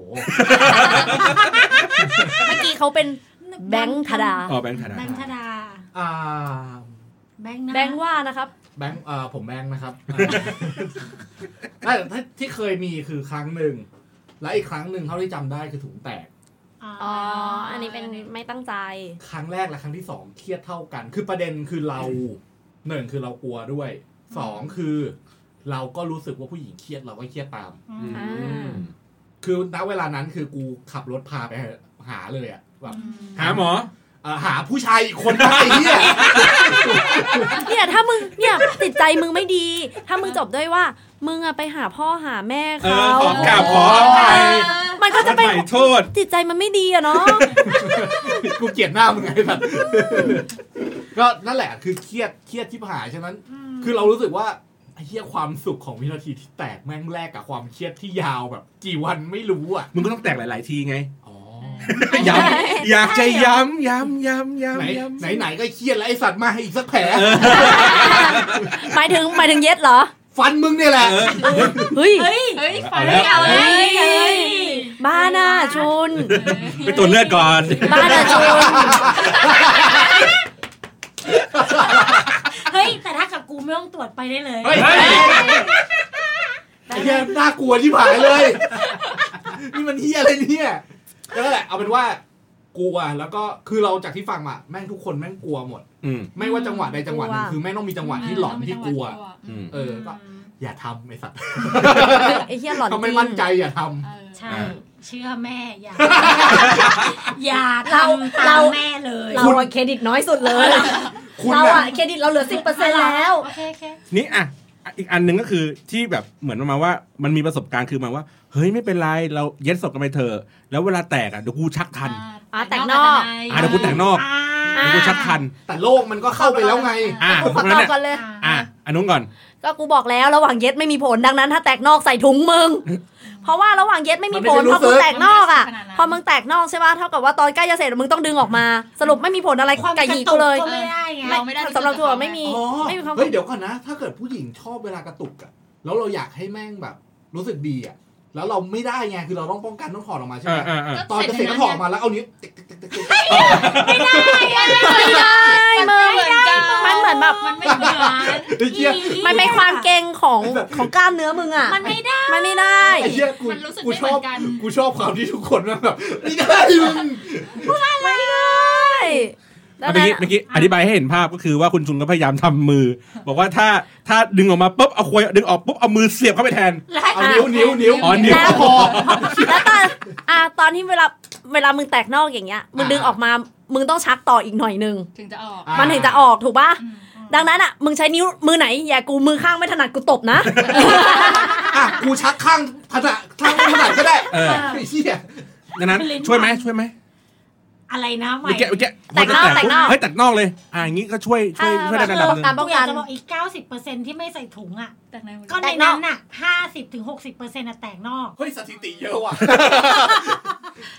S3: เมื่อกี้เขาเป็น แบงค์ธดา
S1: อ๋อแบงค์ธาดา
S6: แบงค์ธดา
S5: อ่า
S6: แบงค์นะ
S3: แบงค์ว่านะครับ
S5: แบงค์เอ่อผมแบงค์ นะครับอ่า ไม่แต่ที่เคยมีคือครั้งหนึ่ง และอีกครั้งหนึ่งเท่าที่จำได้คือถุงแตก
S6: อ๋อ
S3: อ๋
S6: อ๋
S3: อ
S6: อ
S3: อันนี้เป็นไม่ตั้งใจ
S5: ครั้งแรกและครั้งที่สองเครียดเท่ากัน คือประเด็นคือเราหนึ่งคือเรากลัวด้วยสองคือ เราก็รู้สึกว่าผู้หญิงเครียดเราก็เครียดตาม
S6: อืม
S3: อ่า
S5: คือณเวลานั้นคือกูขับรถพาไปหาเลยอะแบบ
S1: หาหมอ
S5: เอ่อหาผู้ชายอีกคนมาไอ้เหี้ย
S3: เนี่ยถ้ามึงเนี่ยติดใจมึงไม่ดี ถ้ามึงจบด้วยว่า มึงอะไปหาพ่อหาแม่
S1: เออ
S3: เขา
S1: ขอกราบขออภัย
S3: มันก็จะเป็น
S1: ขอโทษ
S3: จิตใจมันไม่ดีอะเนาะ
S5: กูเกลียดหน้ามึงไงแบบ ก็นั่นแหละคือเครียดเครียดที่หายฉะนั้น คือเรารู้สึกว่าไอ้เหี้ยความสุขของวินาทีที่แตกแม่งแลกกับความเครียดที่ยาวแบบ กี่วันไม่รู้อ่ะ
S1: มึงก็ต้องแตกหลาย ๆ ทีไง
S5: อ๋อ
S1: ย้ำอยากจะย้ำย้ำย้ำย้ำ
S5: ไหน
S1: ย้ำ
S5: ไหนไหนก็เครียดแล้วไอสัตว์มาให้อีกสักแผล
S3: หมายถึงหมายถึงเย็ดเหรอ
S5: ฟันมึงเนี่ยแหละ
S1: เออ
S3: เฮ้ย
S6: เฮ้ย
S4: เฮ้ย
S1: เอาแล้ว
S4: ไม่เอาเล
S3: เฮ้
S4: ย
S3: ยเฮ้ยบ้าน่ะชุน
S1: ไปตรวจเลือดก่อน
S3: บ้าน่ะชุน
S6: เฮ้ย แต่ถ้ากับกูไม่ต้องตรวจไปได้เลย
S5: เฮ้ยไอ้เหี้ยน่ากลัวที่ผายเลย นี่มันเหี้ยอะไรเนี่ยแล้วก็แหละ เอาเป็นว่ากลัวแล้วก็คือเราจากที่ฟังมาแม่งทุกคนแม่งกลัวหมด
S1: อืม
S5: ไม่ว่าจังหวะใดจังหวะหนึ่งคือแม่งต้องมีจังหวะที่หลอนที่กลัว
S1: อืม
S5: เออก็ อย่าทำไอ้สัตว์
S3: ไอ้เหี้ยหลอนจริ
S5: ทำ
S3: ง
S5: ไม่มั่นใจอย่าท
S4: เออ
S6: ใช่
S1: อ่า
S6: เชื่อแม่ อย่า อย่าทำตามแม่เลย
S3: เราอะเครดิตน้อยสุดเลย
S5: ำคุณ
S3: เรา
S5: น่ะ
S3: อะเครดิตเราเหลือสิบเปอร์เซ็นต์แล้ว
S6: โอเคโอเค
S1: นี่อ่ะอ่ะ อีกอันหนึ่งก็คือที่แบบเหมือนประมาณว่ามันมีประสบการณ์คือมาว่า เฮ้ยไม่เป็นไร เราเย็ดศพกันไปเถอะแล้วเวลาแตกอ่ะเดี๋ยวกูชักทัน
S3: อ่ะแต่งนอก
S1: อ่ะเดี๋ยวกูแต่งนอก
S6: อ่า
S1: เดี๋ยวกูชักทัน
S5: แต่โลกมันก็เข้าไปแล้วไง
S1: อ่ะ
S3: กูข
S1: ตร
S3: อง ต
S1: นั้
S3: อนบ
S1: เนี่ย
S3: ก่อนเลย
S1: อ่ะอันนู้นก่อน
S3: ก็กูบอกแล้วระหว่างเย็ดไม่มีผลดังนั้น ถ้าแตกนอกใส่ถุงมึง เพราะว่าระหว่างเย็ดไม่มีผล
S5: มันไม่ได้รู้
S3: พอ
S5: สึ
S3: มึ
S5: ก
S3: งแตกนอกอ่ะ
S4: ขนาดนั้น
S3: พอมึงแตกนอกใช่ป่ะเท่ากับว่าตอนใกล้จะเสร็จมึงต้องดึงออกมา สรุปไม่มีผลอะไร
S6: ความก
S3: กับ
S6: ระ
S3: ห
S6: ตุ
S3: ยี
S6: ก
S3: กูเลย
S6: ก็ไม่ได้ไง
S4: เราไม่ได้รู้สึก
S3: สำหรับตัวไม่มี
S5: อ๋อ
S3: ไม่มีความ
S5: เฮ้ยเดี๋ยวก่อนนะ ถ้าเกิดผู้หญิงชอบเวลากระตุกอะแล้วเราอยากให้แม่งแบบ รู้สึกดีอะแล้วเราไม่ได้ไงคือเราต้องป้องกันต้องถอดออกมาใช่ไหม
S1: อ่าอ่าอ่า
S5: ตอนจะเสร็จก็ถอดออกมาแล้วเอานิ้วติ๊กติ๊กติ๊กติ๊กติ๊ก
S3: ไม่ได้มึงมันเหมือนแบบ
S4: มันไม่เหมือ
S5: ไ
S4: น
S5: อ้เหี้ย
S3: มันเป็นความเก่งของของกล้ามเนื้อมึงอ่ะ
S6: มันไม่ได้
S3: มันไม่ได้
S5: ไอ้เหี้ยกู
S4: มันรู้สึก
S5: กู
S4: ไม่
S5: ช
S4: เหมื
S5: อ
S4: อบ นกัน
S5: กูชอบความที่ทุกคนแม่งแบบไม่ได้มึง
S3: ไม่ได้แล้ว
S1: เมื่อกี้
S3: นะ
S1: เมื่อกี้อธิบายให้เห็นภาพก็คือว่าคุณชุนก็พยายามทำมือ บอกว่าถ้าถ้าดึงออกมาปุ๊บเอาควยดึงออกปุ๊บเอามือเสียบเข้าไปแทน
S5: เอานิ้วนิ้วนิ้ว
S1: อ๋อนิ้ว
S5: ก็พอ
S3: แล้วตอนอ่ะตอนที่เวลาเวลามึงแตกนอกอย่างเงี้ยมึงดึงออกมามึงต้องชักต่ออีกหน่อยนึง
S4: ถึงจะออก
S5: อ่ะ
S3: มันถึงจะออกถูกป่ะ
S4: อืม
S3: ดังนั้นอ่ะ มึงใช้นิ้วมือไหน อย่ากูมือข้างไม่ถนัดกูตบนะ
S5: อ่ะกูชักข้างถนัดข้างถนัดก็ได้
S1: เออ
S5: ไอ้เหี้ย
S1: ดังนั้น
S6: ลิ้น
S1: ช่วยไหมช่วยไหม
S6: อะไรนะใหม่
S1: เมื่อกี้เมื่อกี้
S3: แตกนอกแตกนอก
S1: เฮ้ยแตกนอกเลยอ่าอย่างงี้ก็ช่วยช่วยช่วยได้ระดับหนึง
S3: การป้อง
S6: กูอ
S3: กั
S6: ยาก
S3: น
S6: จะบอกอีก 90%ที่ไม่ใส่ถุงอ่ะ
S4: แต่ในมัน
S6: ก็ใน
S3: แตกนอ
S6: นั้
S3: ก
S6: นน่ะ 50-60%อ่ะแตกนอก
S5: เฮ้ยสถิติเยอะว่ะ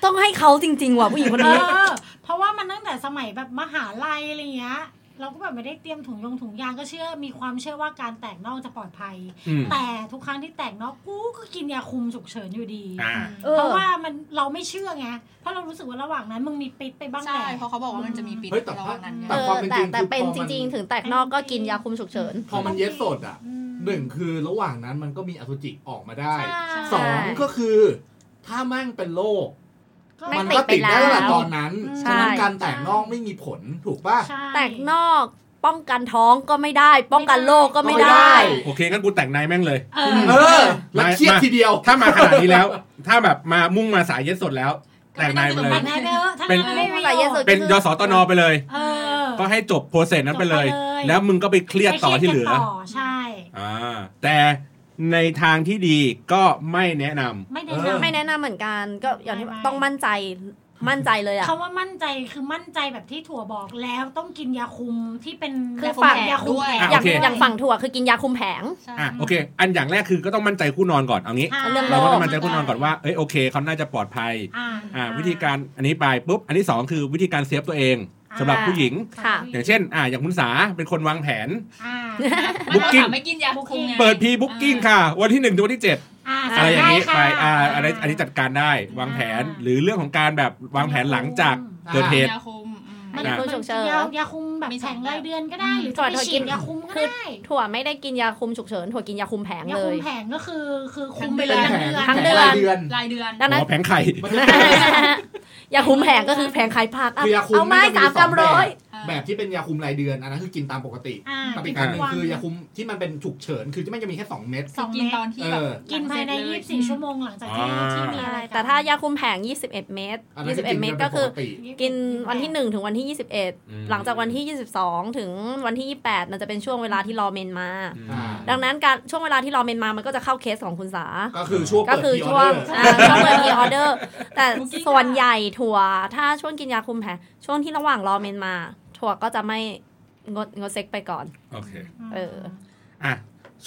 S3: ต้องให้เขาจริง ๆ ว่ะผู้หญิงคน
S6: เอ
S3: นี้
S6: อ เพราะว่ามันตั้งแต่สมัยแบบมหาลัยอะไรเงี้ย เราก็แบบไม่ได้เตรียมถุงยงถุงยางก็เชื่อ มีความเชื่อว่าการแตกนอกจะปลอดภัย
S1: อืม
S6: แต่ทุกครั้งที่แตกนอกกูก็กินยาคุมฉุกเฉินอยู่ดี
S1: อ่า
S3: เออ
S6: เพราะว่ามันเราไม่เชื่อไง เพราะเรารู้สึกว่าระหว่างนั้นมึงมีปิดไปบ้างแห
S4: ใช่
S6: ละ
S4: เพราะเขาบอกว่ามันจะมีปิด
S5: เฮ้ยแต่
S4: ระหว่างนั้นไง
S5: แต่ ความเป็นจริง
S3: แต่เป็น
S5: คือพอมั
S3: จ
S5: น
S3: ริง ๆ ถึงแตกนอกก็กินยาคุมฉุกเฉิน
S5: พอมันเย็ดสดอ่ะ
S6: อืม
S5: หนึ่งคือระหว่างนั้นมันก็มีอสุจิออกมาได้
S3: ใช่
S5: สองก็คือ ถ้าแม่งเป็นโรค
S3: แม่ง
S5: มัน
S3: ติด
S5: ก็ติด
S3: ไป
S5: ได้ตั้ง
S3: แล้
S5: แต่
S3: ว
S5: ตอนนั้น
S6: ใช่
S5: ฉะนั้นการแตกนอกไม่มีผลถูกป่ะ
S6: ใช่
S3: แตกนอกป้องกันท้องก็ไม่ได้ ป้องกันโรคก็ไม่
S5: ไม่ได้
S3: ได้
S1: โอเคงั้นกูแต่งนายแม่งเลย
S6: เออ
S5: เออแล้วเครียด
S1: มา
S5: ทีเดียว
S1: ถ้ามาขนาดนี้แล้ว ถ้าแบบมามุ่งมาสายเย็ดสดแล้ว แต่งนายไปเลย
S6: แตกนายไปเถอะถ้า
S1: เป็น
S6: งั้นไม่มีประโยชน์
S1: เป็นยศตนไปเลย
S6: เออ
S1: ก็ให้จบโปรเซสนั้นไปเลย
S6: จบไปเลย
S1: แล้วมึงก็ไปเครียดต่อที่เหลือ
S6: ไปครียดกันต่อใช่
S1: อ่า แต่ในทางที่ดีก็ไม่แนะนำ
S6: ไม่แนะ
S5: เออ
S6: นำ
S3: ไม่แนะนำเหมือนกันก็อย่างที่
S6: ไม่ไม่
S3: ต้องมั่นใจมั่นใจเลยอ่ะ
S6: คำว่ามั่นใจคือมั่นใจแบบที่ถั่วบอกแล้วต้องกินยาคุมที่เป็น
S3: คือ
S6: ฝั
S3: ฝาก
S6: ยาคุม
S4: ด้วย
S6: แผ
S1: อ่ะ
S6: น
S3: อย่าง
S1: โเค
S3: อย่างฝั่งถั่วคือกินยาคุมแผง
S4: ใช่
S1: อ่ะโอเค อันอย่างแรกคือก็ต้องมั่นใจคู่นอนก่อนเอางี้
S6: ใช่
S3: เรื่องโล
S1: เรา
S3: ก
S1: ก็ต้องมั่นใจคู่นอนก่อนว่า เอ้ยโอเคเขาน่าจะปลอดภัย
S6: อ่า
S1: อ่า วิธีการอันนี้ไปปุ๊บ อันที่สองคือวิธีการเซฟตัวเอง
S6: อ่
S1: สำหรับผู้หญิง
S3: ค่ะ
S1: อย่างเช่น อ่าอย่างคุณสาเป็นคนวางแผน
S6: อ่า
S4: มันเรา
S1: Booking
S4: ถามไม่กินยาคุมไง
S1: เปิดพีบุ๊กกิ้งค่ะ วันที่หนึ่งถึงวันที่เจ็ด
S6: อ่า
S1: อะไรอย่างนี้
S6: ด้ค่ะ
S1: ไปอ่าอันนี้อันนี้จัดการได้วางแผนหรือเรื่องของการแบบวางแผนหลังจากเกิดเหตุ
S4: ยาคุมอืม
S6: มัน
S1: อ่า
S6: มัน
S3: ฉุกเฉิน
S6: ยายาคุมแบบ
S4: มี
S6: แผ
S4: สอง
S6: ง
S4: แบบ
S6: รายเดือนก็ได้
S3: อืม
S6: หรือจะไป
S3: ถั่ว
S6: ฉีด
S3: ถั่วกิน
S6: ยาคุมก็ได้
S3: ถั่วไม่ได้กินยาคุมฉุกเฉินถั่วกินยาคุมแผง
S6: ยา
S3: เล
S6: คุ
S3: ย
S6: มแผงก็คือคือคุ
S4: ทั้
S6: ม
S4: ง
S6: ไป
S4: เดื
S6: เล
S4: อยน
S6: ทั้งเดือน
S3: ทั้ง
S5: ราย
S3: เดือน
S5: เดือน
S4: รายเดือน
S3: ดัง
S1: หม
S3: นั้น
S1: อแผงไข่
S5: มันจะเป็น
S3: ยาคุมแผงก็คือแผงขายผักอ่ะ
S5: คือยาคุม
S3: เอาไม้
S5: นี่
S3: สา
S5: น
S3: ม
S5: จะ
S3: กำร้อย
S5: สงแบบแบบที่เป็นยาคุมรายเดือนอันนั้นคือกินตามปกติ
S6: อ่า
S5: กับอีกอันหนึ่ง
S6: กินทุกวัน
S5: คือยาคุมที่มันเป็นฉุกเฉินคือจะไม่จะมีแค่สองเม็ด
S6: สอง
S4: กิ
S6: เม็
S4: น
S6: ด
S4: ตอนที่แบบ
S5: เออ
S6: กินภายใน
S4: หลังเสร็จเล
S6: 24 ชั่วโมงหลังจากที่
S1: อ่า
S6: ที่มีอะไรกัน
S3: แต่ถ้ายาคุมแผง 21 เมตร
S5: อันนั้นคือกิ
S3: 21
S5: น
S3: เมตร
S5: กั
S3: ก็
S5: น
S3: คื
S5: ป
S3: อ
S5: กติ
S3: กินวันที่ 1 ถึงวันที่
S1: อืม
S3: 21 หลังจากวันที่ 22 ถึงวันที่ 28 มันจะเป็นช่วงเวลาที่รอเมนมา
S1: อ่า
S3: ดังนั้นการช่วงเวลาที่รอเมนมามันก็จะเข้าเคสของคุณสา
S5: ก็คือช่วง
S3: ก็
S5: เปิด
S3: คือ
S5: พรีออง เดอร์
S3: ช่วอ่าช่วงเปิดพรีออเดอร์ แต่
S4: คุกกี้ค่ะ
S3: ส่วนใหญ่ถั่วถ้าช่วงกินยาคุมแผลช่วงที่ระหว่างรอเมนมา ถั่วก็จะไม่งดงดเซ็กไปก่อน
S1: โอเค
S3: เออ
S1: อ่ะ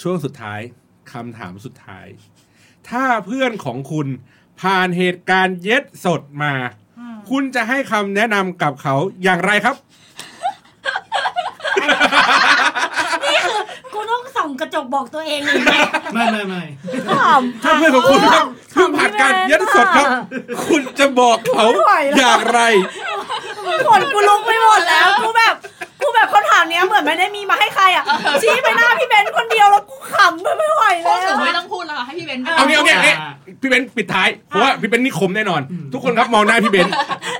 S1: ช่วงสุดท้ายคำถามสุดท้าย ถ้าเพื่อนของคุณผ่านเหตุการณ์เย็ดสดมา
S6: อืม
S1: คุณจะให้คำแนะนำกับเขาอย่างไรครับ
S6: กูต้องส่องกระจกบอกตัวเองเลยนะ
S2: ไม่ไม่ไม่
S1: ถ้าเพื่อนของคุณครับเพิ่งผ่านการเย็ดสดครับ คุณจะบอกเขา
S3: ไม่ไหวแล้ว
S1: อย่างไร
S3: ขนกูลุกไปหมดแล้ว กูแบบ กูแบบคำถามเนี้ยเหมือนไม่ได้มีมาให้ใครอ่ะ ชี้ไปหน้าพี่เบนซ์คนเดียวแล้วกูขำด้วยไม่ไหว
S4: พว
S3: แล้
S4: กสู
S3: ว
S4: งไม่ต้องพูดแล้วค่ะให้พี่เบนซ์
S1: เอางี้เอางี้เอางี้พี่เบนซ์ปิดท้ายเพราะว่าพี่เบนซ์นี่คมแน่นอน ทุกคนครับมองหน้าพี่เบนซ์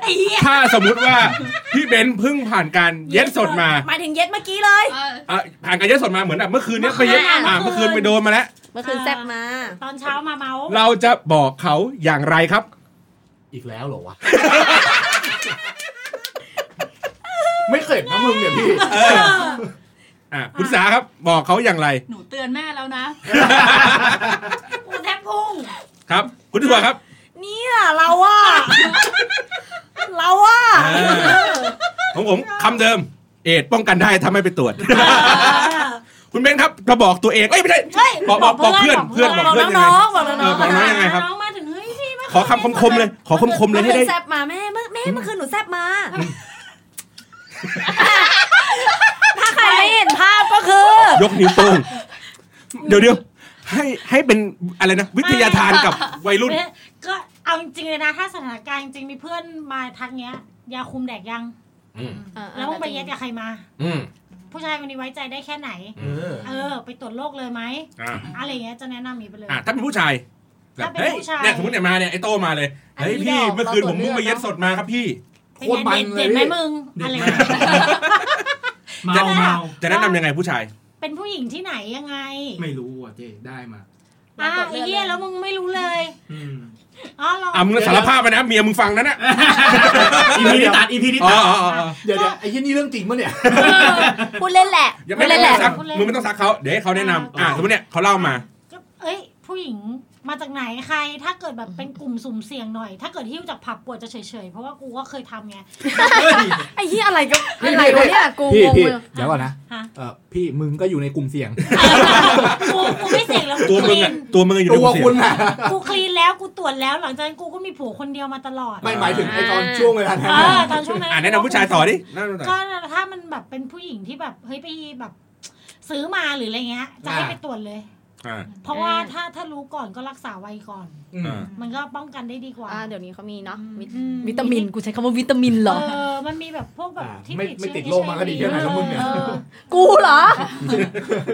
S6: ไอ้เหี้ย
S1: ถ้าสมมุติว่าพี่เบนซ์เพิ่งผ่านการเย็ดสดมา
S3: หมายถึงเย็ดเมื่อกี้เลย
S4: เออ
S1: อ่ะผ่านการเย็ดสดมาเหมือนแบบเมื่อคืนเนี้ยไปเย็ด
S3: เมื่อคืน
S1: อ่ะเมื่อคืนไปโดนมาแล้ว
S3: เมื่อคืนแซบมา
S6: ตอนเช้ามาเมาส์
S1: เราจะบอกเขาอย่างไรครับ
S5: อีกแล้วเหรอวะ ไม่เสร็จนะมึงเนี่ยพี่
S1: อ่ะคุณสาครับบอกเขาอย่างไร
S4: หนูเตือนแม่แล้วนะ
S6: กูแทบพุ่ง
S1: ครับ คุณถั่วครับ
S3: เนี่ยเราอ่ะ เราอ่ะ
S1: เออ ของผมคำเดิม เอดป้องกันได้ทำให้ไปตรวจ คุณเบนครับกระบอกตัวเองเอ้ยไม่ใช่
S6: เฮ้ย
S1: บอกบอกบอกเพื่อน
S6: บอกเพื่
S1: เพื่อ
S6: อน น
S1: บอก
S3: บอก
S1: เพื่อนยังไง
S3: น้องๆบอกน้อง
S1: เออบอกน้องยังไงครับ
S6: น้องมาถึงเฮ้ยพี่มา
S1: ขอคำคมๆเลย ขอคมๆเลยให้
S3: เมื่อ
S1: ได้
S3: คืนแซบมาแม่เมื่อแม่เมื่อคืนหนูแซบมา ถ้าใครไม่เห็นภาพก็คือ
S1: ยกนิ้วโป้งเดี๋ยวเดี๋ยวให้ให้เป็นอะไรนะ วิทยาทานกับวัยรุ่น
S6: เว้ยก็เอาจริงๆเลยนะ ถ้าสถานการณ์จริงมีเพื่อนมาทักเนี้ย ยาคุมแดกยัง
S1: อืม
S6: แล้วมึงไปเย็ดกับใครมา
S1: อืม
S6: ผู้ชายคนนี้ไว้ใจได้แค่ไหน
S5: เออ
S6: เออ ไปตรวจโรคเลยไหม
S1: อ่า
S6: อะไรอย่างเงี้ยจะแนะนำมีไปเลย
S1: อ่ะถ้าเป็นผู้ชายแบบ
S6: ถ้าเป็น
S1: เฮ้ย
S6: ผู้ชาย
S1: เนี่ยสมมติเนี่ยมาเนี่ยไอ้โตมาเลยเฮ้ย
S3: อันนี้
S1: พี่
S3: ดอก
S1: เมื่อคืนผม
S3: เราตรวจ
S1: เพิ่งไป
S3: เลือด
S1: เย็ดสดมาครับพี่
S5: โคตรมันเลย
S6: เด็ดไหมมึงอะไรอย่างเงี้ย
S2: เมาเมา
S1: จะแนะนำยังไงผู้ชาย
S6: เป็นผู้หญิงที่ไหนยังไง
S2: ไม่รู้อ่ะเจได้มา
S6: อ้าวไอ้เหี้ยแล้วมึงไม่รู้เลย
S2: อืม
S6: อ๋อเรา
S1: อ่ะมึงสารภาพไปนะเมียมึงฟังนะน่ะ
S2: อีพีที่ตัดอีพีที่
S1: อ๋อ
S2: ตัด
S1: อ๋ออ๋อ
S5: เดี๋ยวเดี๋ยวไอ้ยี่นี่เรื่องจริงปะเนี่ย
S3: พูดเล่นแหละ
S1: อย่าไม่
S3: พูดเล่นแห
S1: ต้อ
S3: ละ
S1: งซักมึงไม่ต้องซักเขาเดี๋ยวให้เขาแนะนำอ่ะสมมติเนี่ยเขาเล่ามา
S6: ก็เอ้ย ผู้หญิงมาจากไหนใคร ถ้าเกิดแบบเป็นกลุ่มสุ่มเสี่ยงหน่อย ถ้าเกิดหิ้วจากผับปวดจะเฉยๆ เพราะว่ากูก็เคยทำไง
S3: ไอ้ที่อะไรก็
S5: พี่
S3: อะไร
S5: พี่
S3: วะเนี่ยกู
S5: พี่
S3: งง
S5: พี่
S3: เลย
S5: เดี๋ยวก่อนนะ
S6: ฮะ
S5: เออพี่มึงก็อยู่ในกลุ่มเสี่ยง
S6: กูกูไม่เสี่ยงแล้ว
S1: ตั
S6: กู
S1: ว
S6: ค
S1: มึง
S6: ลี
S1: อ่ะ
S6: น
S1: ตัวมึงอะอยู่ใน
S5: ตัว
S1: เสีย
S5: คุณ
S1: ง
S5: อะ
S6: กูคลีนแล้วกูตรวจแล้วหลังจากนั้นกูก็มีผัวคนเดียวมาตลอด
S5: ไม่หมายถึงไอ้ตอนช่วงเวลานั้น
S6: เอ
S5: นะ
S6: อตอนช่วงนั้น
S1: อ่ะแนะนำผู้ชายต่อดิแนะนำต่อ
S6: ก็ถ้ามันแบบเป็นผู้หญิงที่แบบเฮ้ยไปแบบซื้อมาหรืออะไรเงี้ยจะให้ไปตรวจเลย
S1: อ่า
S6: เพราะว่าถ้าถ้ารู้ก่อนก็รักษาไว้ก่อน
S1: อ่า
S6: มันก็ป้องกันได้ดีกว่า
S3: อ่าเดี๋ยวนี้เขามีเนาะวิต
S6: อืม
S3: วิตามินกูใช้คำว่าวิตามินเหรอ
S6: เออมันมีแบบพวกแบบ
S5: อ่ะ
S6: ที่
S5: ไม่ไม่
S6: เชื้อ
S5: ติดโรคมาก็ดี
S6: HIV
S5: แค่ไหนแล้วมึงเนี่ย
S6: เออ
S3: กูเหรอ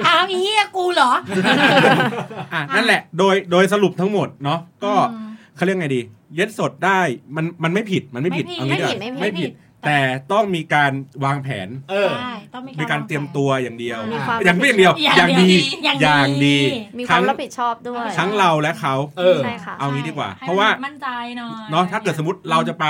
S6: อ้าวไอ้เหี้ยกูเหรอ
S1: อ่ะนั่นแหละโดยโดยสรุปทั้งหมดเนาะก็
S6: อืม
S1: เขาเรียกไงดี เย็ดสดได้มันมันไม่ผิดมันไม่ผิด
S6: ไม่ผิด
S1: เอางี้ดีกว่า
S3: ไม่ผิดไม่ผิด
S1: ไม่ผิด แต่ต้องมีการวางแผน
S5: เออ
S6: ใช่ต้องมี
S1: มีการเตรียมตัวอย่างเดียว
S3: มีความ
S1: อย่างไม่อย่างเดียวอย่
S6: อา
S1: ย่าง ง
S6: ดี
S1: ดี
S6: อย่างดี
S1: อย่างดี
S3: มีควา
S1: ทั้
S3: ม
S1: ง
S3: รับผิดชอบด้วย
S1: ทั้งเราและเขา
S5: เออ
S3: ใช่ค่ะ
S1: เอางี้ดีกว่า
S4: ให้
S1: เพราะว่า
S4: มั่นใจหน่อย
S1: เนาะถ้าเกิดสมมติเราจะไป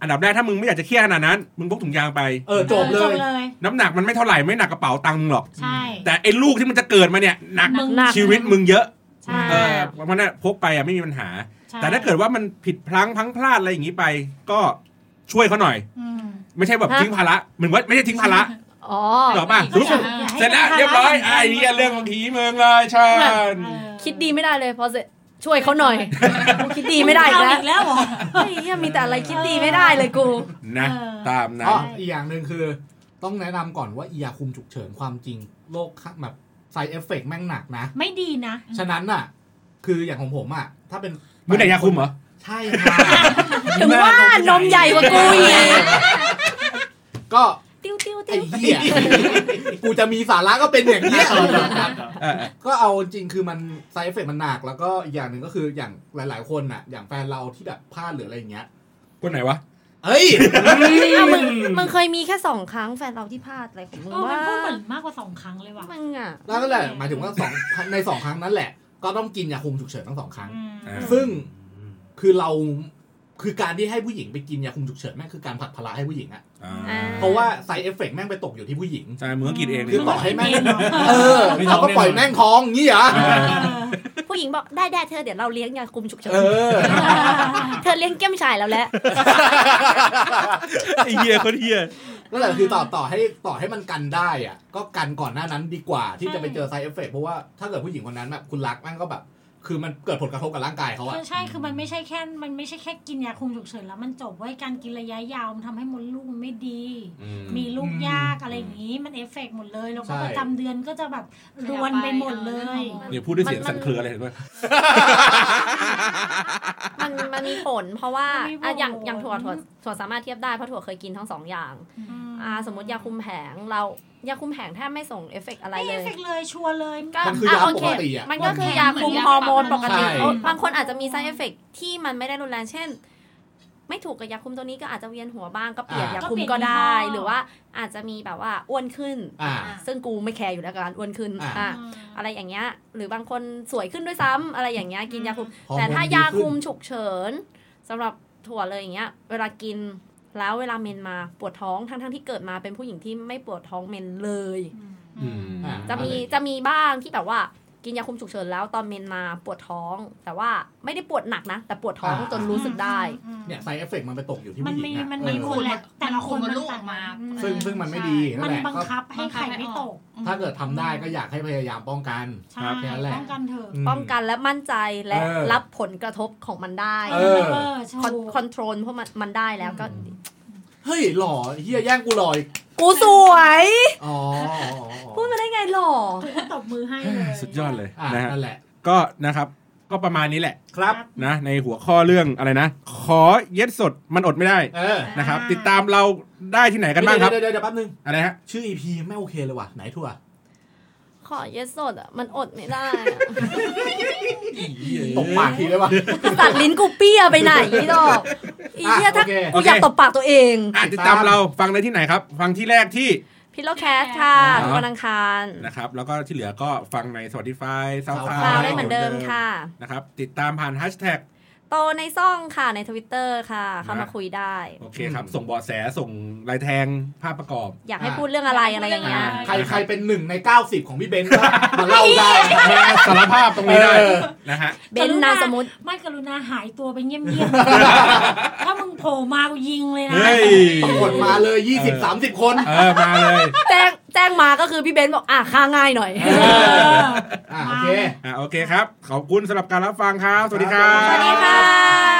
S1: อันดับแรกถ้ามึงไม่อยากจะเครียดขนาดนั้น มึงพกถุงยางไป
S5: เออจบเล
S6: จบ
S5: ย
S6: เลย
S1: น้ำหนักมันไม่เท่าไหร่ไม่หนักกระเป๋าตังค์มึงหรอก
S6: ใช่
S1: แต่ไอ้ลูกที่มันจะเกิดมาเนี่ยหนัก
S6: มึง
S3: หนัก
S1: ชีวิตมึงเยอะ
S6: ใช่
S1: เออเพราะฉะนั้นนะพกไปอ่ะไม่มีปัญหา
S6: ใช่
S1: แต่ถ้าเกิดว่ามันผิดพลั้งพลังพลาดอะไรอย่างนี้ไป ก็ช่วยเขาหน่อย
S6: อืม
S1: ไม่ใช่แบบ
S3: ฮะ
S1: ทิ้งภาระเหมือนว่าไม่ใช่ทิ้งภาระ
S3: อ๋อ
S1: หรอป่ะ
S4: เออ
S6: อย่าให้
S1: เสร็จแล้ว
S6: ป็นภาะ
S1: เรียบร้อยไอ้เหี้ยเรื่องของผีเมืองเลยชา
S3: แบบ
S1: ญ
S6: เออ
S3: คิดดีไม่ได้เลยพอเสร็จ ช่วยเขา หน่อย กูคิดดีไม่ได้อีก
S6: มึงทำอีก
S3: แล้ว
S6: แล้วเหรอ
S3: เฮ้ยเหี้ยมีแต่อะไรคิดดีไม่ได้เลยกู
S1: นะ
S6: เออ
S1: ตามนะ
S5: อ๋ออีกอย่างหนึ่งคือ ต้องแนะนำก่อนว่าอียาคุมฉุกเฉินความจริงโรคข้างแบบไซเอฟเฟกแม่งหนักนะ
S6: ไม่ดีนะ
S5: ฉะนั้นน่ะ คืออย่างของผมอ่ะ ถ้าเป็น
S1: มึงไหนยาคุมเหรอ
S5: ใช่ค่ะ
S3: ถึงว่านมใหญ่กว่ากูอีก
S5: ก็
S3: ติ้วติ้ว
S5: ไอ้
S3: ติ้ว
S5: เหี้ยกูจะมีสาระก็เป็นอย่างเนี้ย
S1: เออ
S5: ก็เอาจริงคือมันไซเอฟเฟกมันหนักแล้วก็อีกอย่างหนึ่งก็คืออย่างหลาย ๆ คนน่ะ อย่างแฟนเราที่แบบพลาดหรืออะไรอย่างเงี้ย
S1: คนไหนวะ
S5: เอ้ย
S3: อ้าวมึงมึงเคยมีแค่สองครั้งแฟนเราที่พลาดอะไรของมึง
S6: เออมั
S3: ว่าน
S6: พูดเหมือนมากกว่าสองครั้งเลยว่ะ
S3: มึงอ่ะ
S5: นั่นแหละหมายถึงว่าสองในสองครั้งนั้นแหละ ก็ต้องกินยาคุมฉุกเฉินทั้งสองครั้ง
S6: อืม
S1: อ่า
S5: ซึ่งคือเราคือการที่ให้ผู้หญิงไปกินยาคุมฉุกเฉินแม่งคือการผลักภาระให้ผู้หญิงอะ
S1: อ่า
S3: อ่า
S5: เพราะว่าไซเอฟเฟกแม่งไปตกอยู่ที่ผู้หญิง
S1: ใช่มึงก็กินเอง
S5: คื
S1: เนี่
S5: อต่อย ให้แม่ง
S6: เนาะ
S5: เออเราก็ปล่อยแม่งท้องงี้เหรอ
S1: เอ
S6: เออ
S3: ผู้หญิงบอกได้ได้เธอเดี๋ยวเราเลี้ยงยาคุมฉุกเฉิน
S5: เอ อ
S3: เธอเลี้ยงเก้ยมชายแล้วแหละ
S1: ไอ้เหี้ยคนเหี้ย
S5: นั่นแหละคือต่อต่อให้ต่อให้มันกันได้อะก็กันก่อนหน้านั้นดีกว่าที่จะไปเจอไซเอฟเฟกเพราะว่าถ้าเกิดผู้หญิงคนนั้นแบบคุณรักแม่งก็แบบ คือมันเกิดผลกระทบกับร่างกายเขาอะ
S6: เออใช่คือมันไม่ใช่แค่ มันไม่ใช่แค่กินยาคุมฉุกเฉินแล้วมันจบไว้ยการกินระยะยาวมันทำให้มดลูกมันไม่ดี
S1: อืม
S6: มีลูก
S5: อืม
S6: ยากอะไรอย่างนี้ มันเอฟเฟกต์หมดเลยแล้วก็
S5: ใช่
S6: ประจำเดือนก็จะแบบรวนไปหมดเลย
S1: เดี๋ยวพูดด้วยเสียงสั่นเครืออะไรเห็นป่ะ
S3: มันมันมีผลเพราะว่า
S6: มันมีผล
S3: อ่ะอย่างอย่างถั่วถั่วถั่วสามารถเทียบได้เพราะถั่วเคยกินทั้งสองอย่างอ่าสมมติยาคุมแผงเรายาคุมแผงแทบไม่ส่งเอฟเฟกต์อะไร
S6: ไม่
S3: เล
S6: เอย ฟเฟกต์เลยชัวร์เลย
S3: ก็
S5: มันคือยา
S3: ะโเค
S5: ปกติอะ
S3: มันก็คือยาคุมฮอร์โมนปกติ
S5: ใช่
S3: เออบางคนอาจจะมีไซเอฟเฟกที่มันไม่ได้รุนแรงเช่น ไม่ถูกกับยาคุมตัวนี้ก็อาจจะเวียนหัวบ้างก็เปลี่ยนยาคุมก็ได้
S6: ก็เปลี่ยนยี่ห้อ
S3: หรือว่าอาจจะมีแบบว่าอ้วนขึ้น
S5: อ่า
S3: ซึ่งกูไม่แคร์อยู่แล้วกับการอ้วนขึ้น
S5: อ่ะ
S3: อ่ะอะไรอย่างเงี้ยหรือบางคนสวยขึ้นด้วยซ้ำอะไรอย่างเงี้ยกินยาคุม แต่ถ้ายาคุมฉุกเฉินสำหรับถั่วเลยอย่างเงี้ย เวลากินแล้วเวลาเมนมาปวดท้องทั้งๆทที่เกิดมาเป็นผู้หญิงที่ไม่ปวดท้องเมนเลย
S1: อืม
S5: อ่า
S3: จะมีจะมีบ้างที่แบบว่ากินยาคุมฉุกเฉินแล้วตอนเมนมาปวดท้อง แต่ว่าไม่ได้ปวดหนักนะ แต่ปวดท้อง
S5: อ่า
S3: จนรู้สึกได้
S6: อืม
S5: เนี่ยไซเอฟเฟกมันไปตกอยู่ที่
S6: มัน
S5: ผู้ห
S6: มี
S5: ญิงอะ
S6: มัน
S5: เอ
S6: มี
S5: อ
S6: คนแหละแต่ละคน
S4: มันลูกออกมา
S5: ซึ่งซึ่งมันไม่ดีนั่
S6: มันน
S5: แหละ
S6: บังคับให้ไข่ไม่ตก
S5: ถ้าเกิดทำได้ก็อยากให้พยายามป้องกัน
S6: ใช่
S5: ครับแค่นั้นแหละ
S6: ป้องกันเถอะ
S5: ม
S3: ป้องกันและมั่นใจและ
S5: เออ
S3: รับผลกระทบของมันได้
S5: เออ
S6: ถู
S3: คอน
S6: ก
S3: คอนโทรลพวกมันมันได้แล้วก็
S5: เฮ้ยหล่อเฮียแย่งกูหล่ออีก
S3: กูสวย
S5: อ๋ออ๋อ
S3: พูดมาได้ไงหรอ
S6: ถูกก็ตบมือให้เลย
S1: สุดยอดเลย
S5: อ่ะ
S1: นะฮะ
S5: นั่นแหละ
S1: ก็นะครับ ก็ประมาณนี้แหละ
S5: ครับ
S1: นะในหัวข้อเรื่องอะไรนะ ขอเย็ดสดมันอดไม่ได้
S5: เออ
S1: นะครับ
S6: อ่า
S1: ติดตามเราได้ที่ไหนกันบ้างครับ
S5: เดี๋ยวเดี๋ยวเดี๋ยวแป๊บนึง
S1: อะไรฮะ
S5: ชื่อ EP ไม่โอเคเลยว่ะ ไหนทั่ว
S3: ขอเยสสดอ่ะมันอดไม่ได้อะ
S5: ตบปากทีได้ว่ะ
S3: ตัดลิ้นกูเปี้ยไปไหนดอกอีเหี้ย
S5: อ่ะ
S3: ถ้า
S5: โอเค
S3: กูอยากตบปากตัวเอง
S1: อ่ะติดตามเราฟังได้ที่ไหนครับ ฟังที่แรกที่
S3: พิโลแคสค่ะ
S1: อ่า
S3: ทุกวันอังคาร
S1: นะครับ แล้วก็ที่เหลือก็ฟังใน Spotify
S5: อ่า
S3: คลาว
S1: SoundCloud
S3: ได้เหมือนเดิมค่ะ
S1: นะครับติดตามผ่านแฮชแท็ก
S3: โตในซ่องค่ะในทวิตเตอร์ค่ะ เข้ามา
S1: นะ
S3: คุยได้
S1: โอเคครับ ส่งเบาะแสส่งลายแทงภาพประกอบ
S3: อยากให้
S5: อ่า
S3: พูดเรื่องอะไรอะไรอย่างเงี้ย
S5: ใครใครเป็นหนึ่งใน 90 ของพี่เบนซ์ก็มาเล่าได้
S1: มาสารภาพตรงนี้ได้
S5: เออ
S1: นะฮะ
S3: เบนซ์นามสมมุติ
S6: ไม่กรุณาหายตัวไปเงียบ ๆ ถ้ามึงโผล่มากูยิงเลยนะ
S1: เฮ้ย
S5: ปรากฏมาเลย 20 30 คน
S1: เออ มาเลย
S3: แจ้งแจ้งมาก็คือพี่เบนซ์บอกอ่ะค่าง่ายหน่อย
S6: เออ
S5: อ่ะโอเค
S1: อ่ะ โอเคครับ ขอบคุณสำหรับการรับฟังครับ สวัสดีครั
S5: สวั
S1: บ
S5: สดี
S3: นี่ค่ะ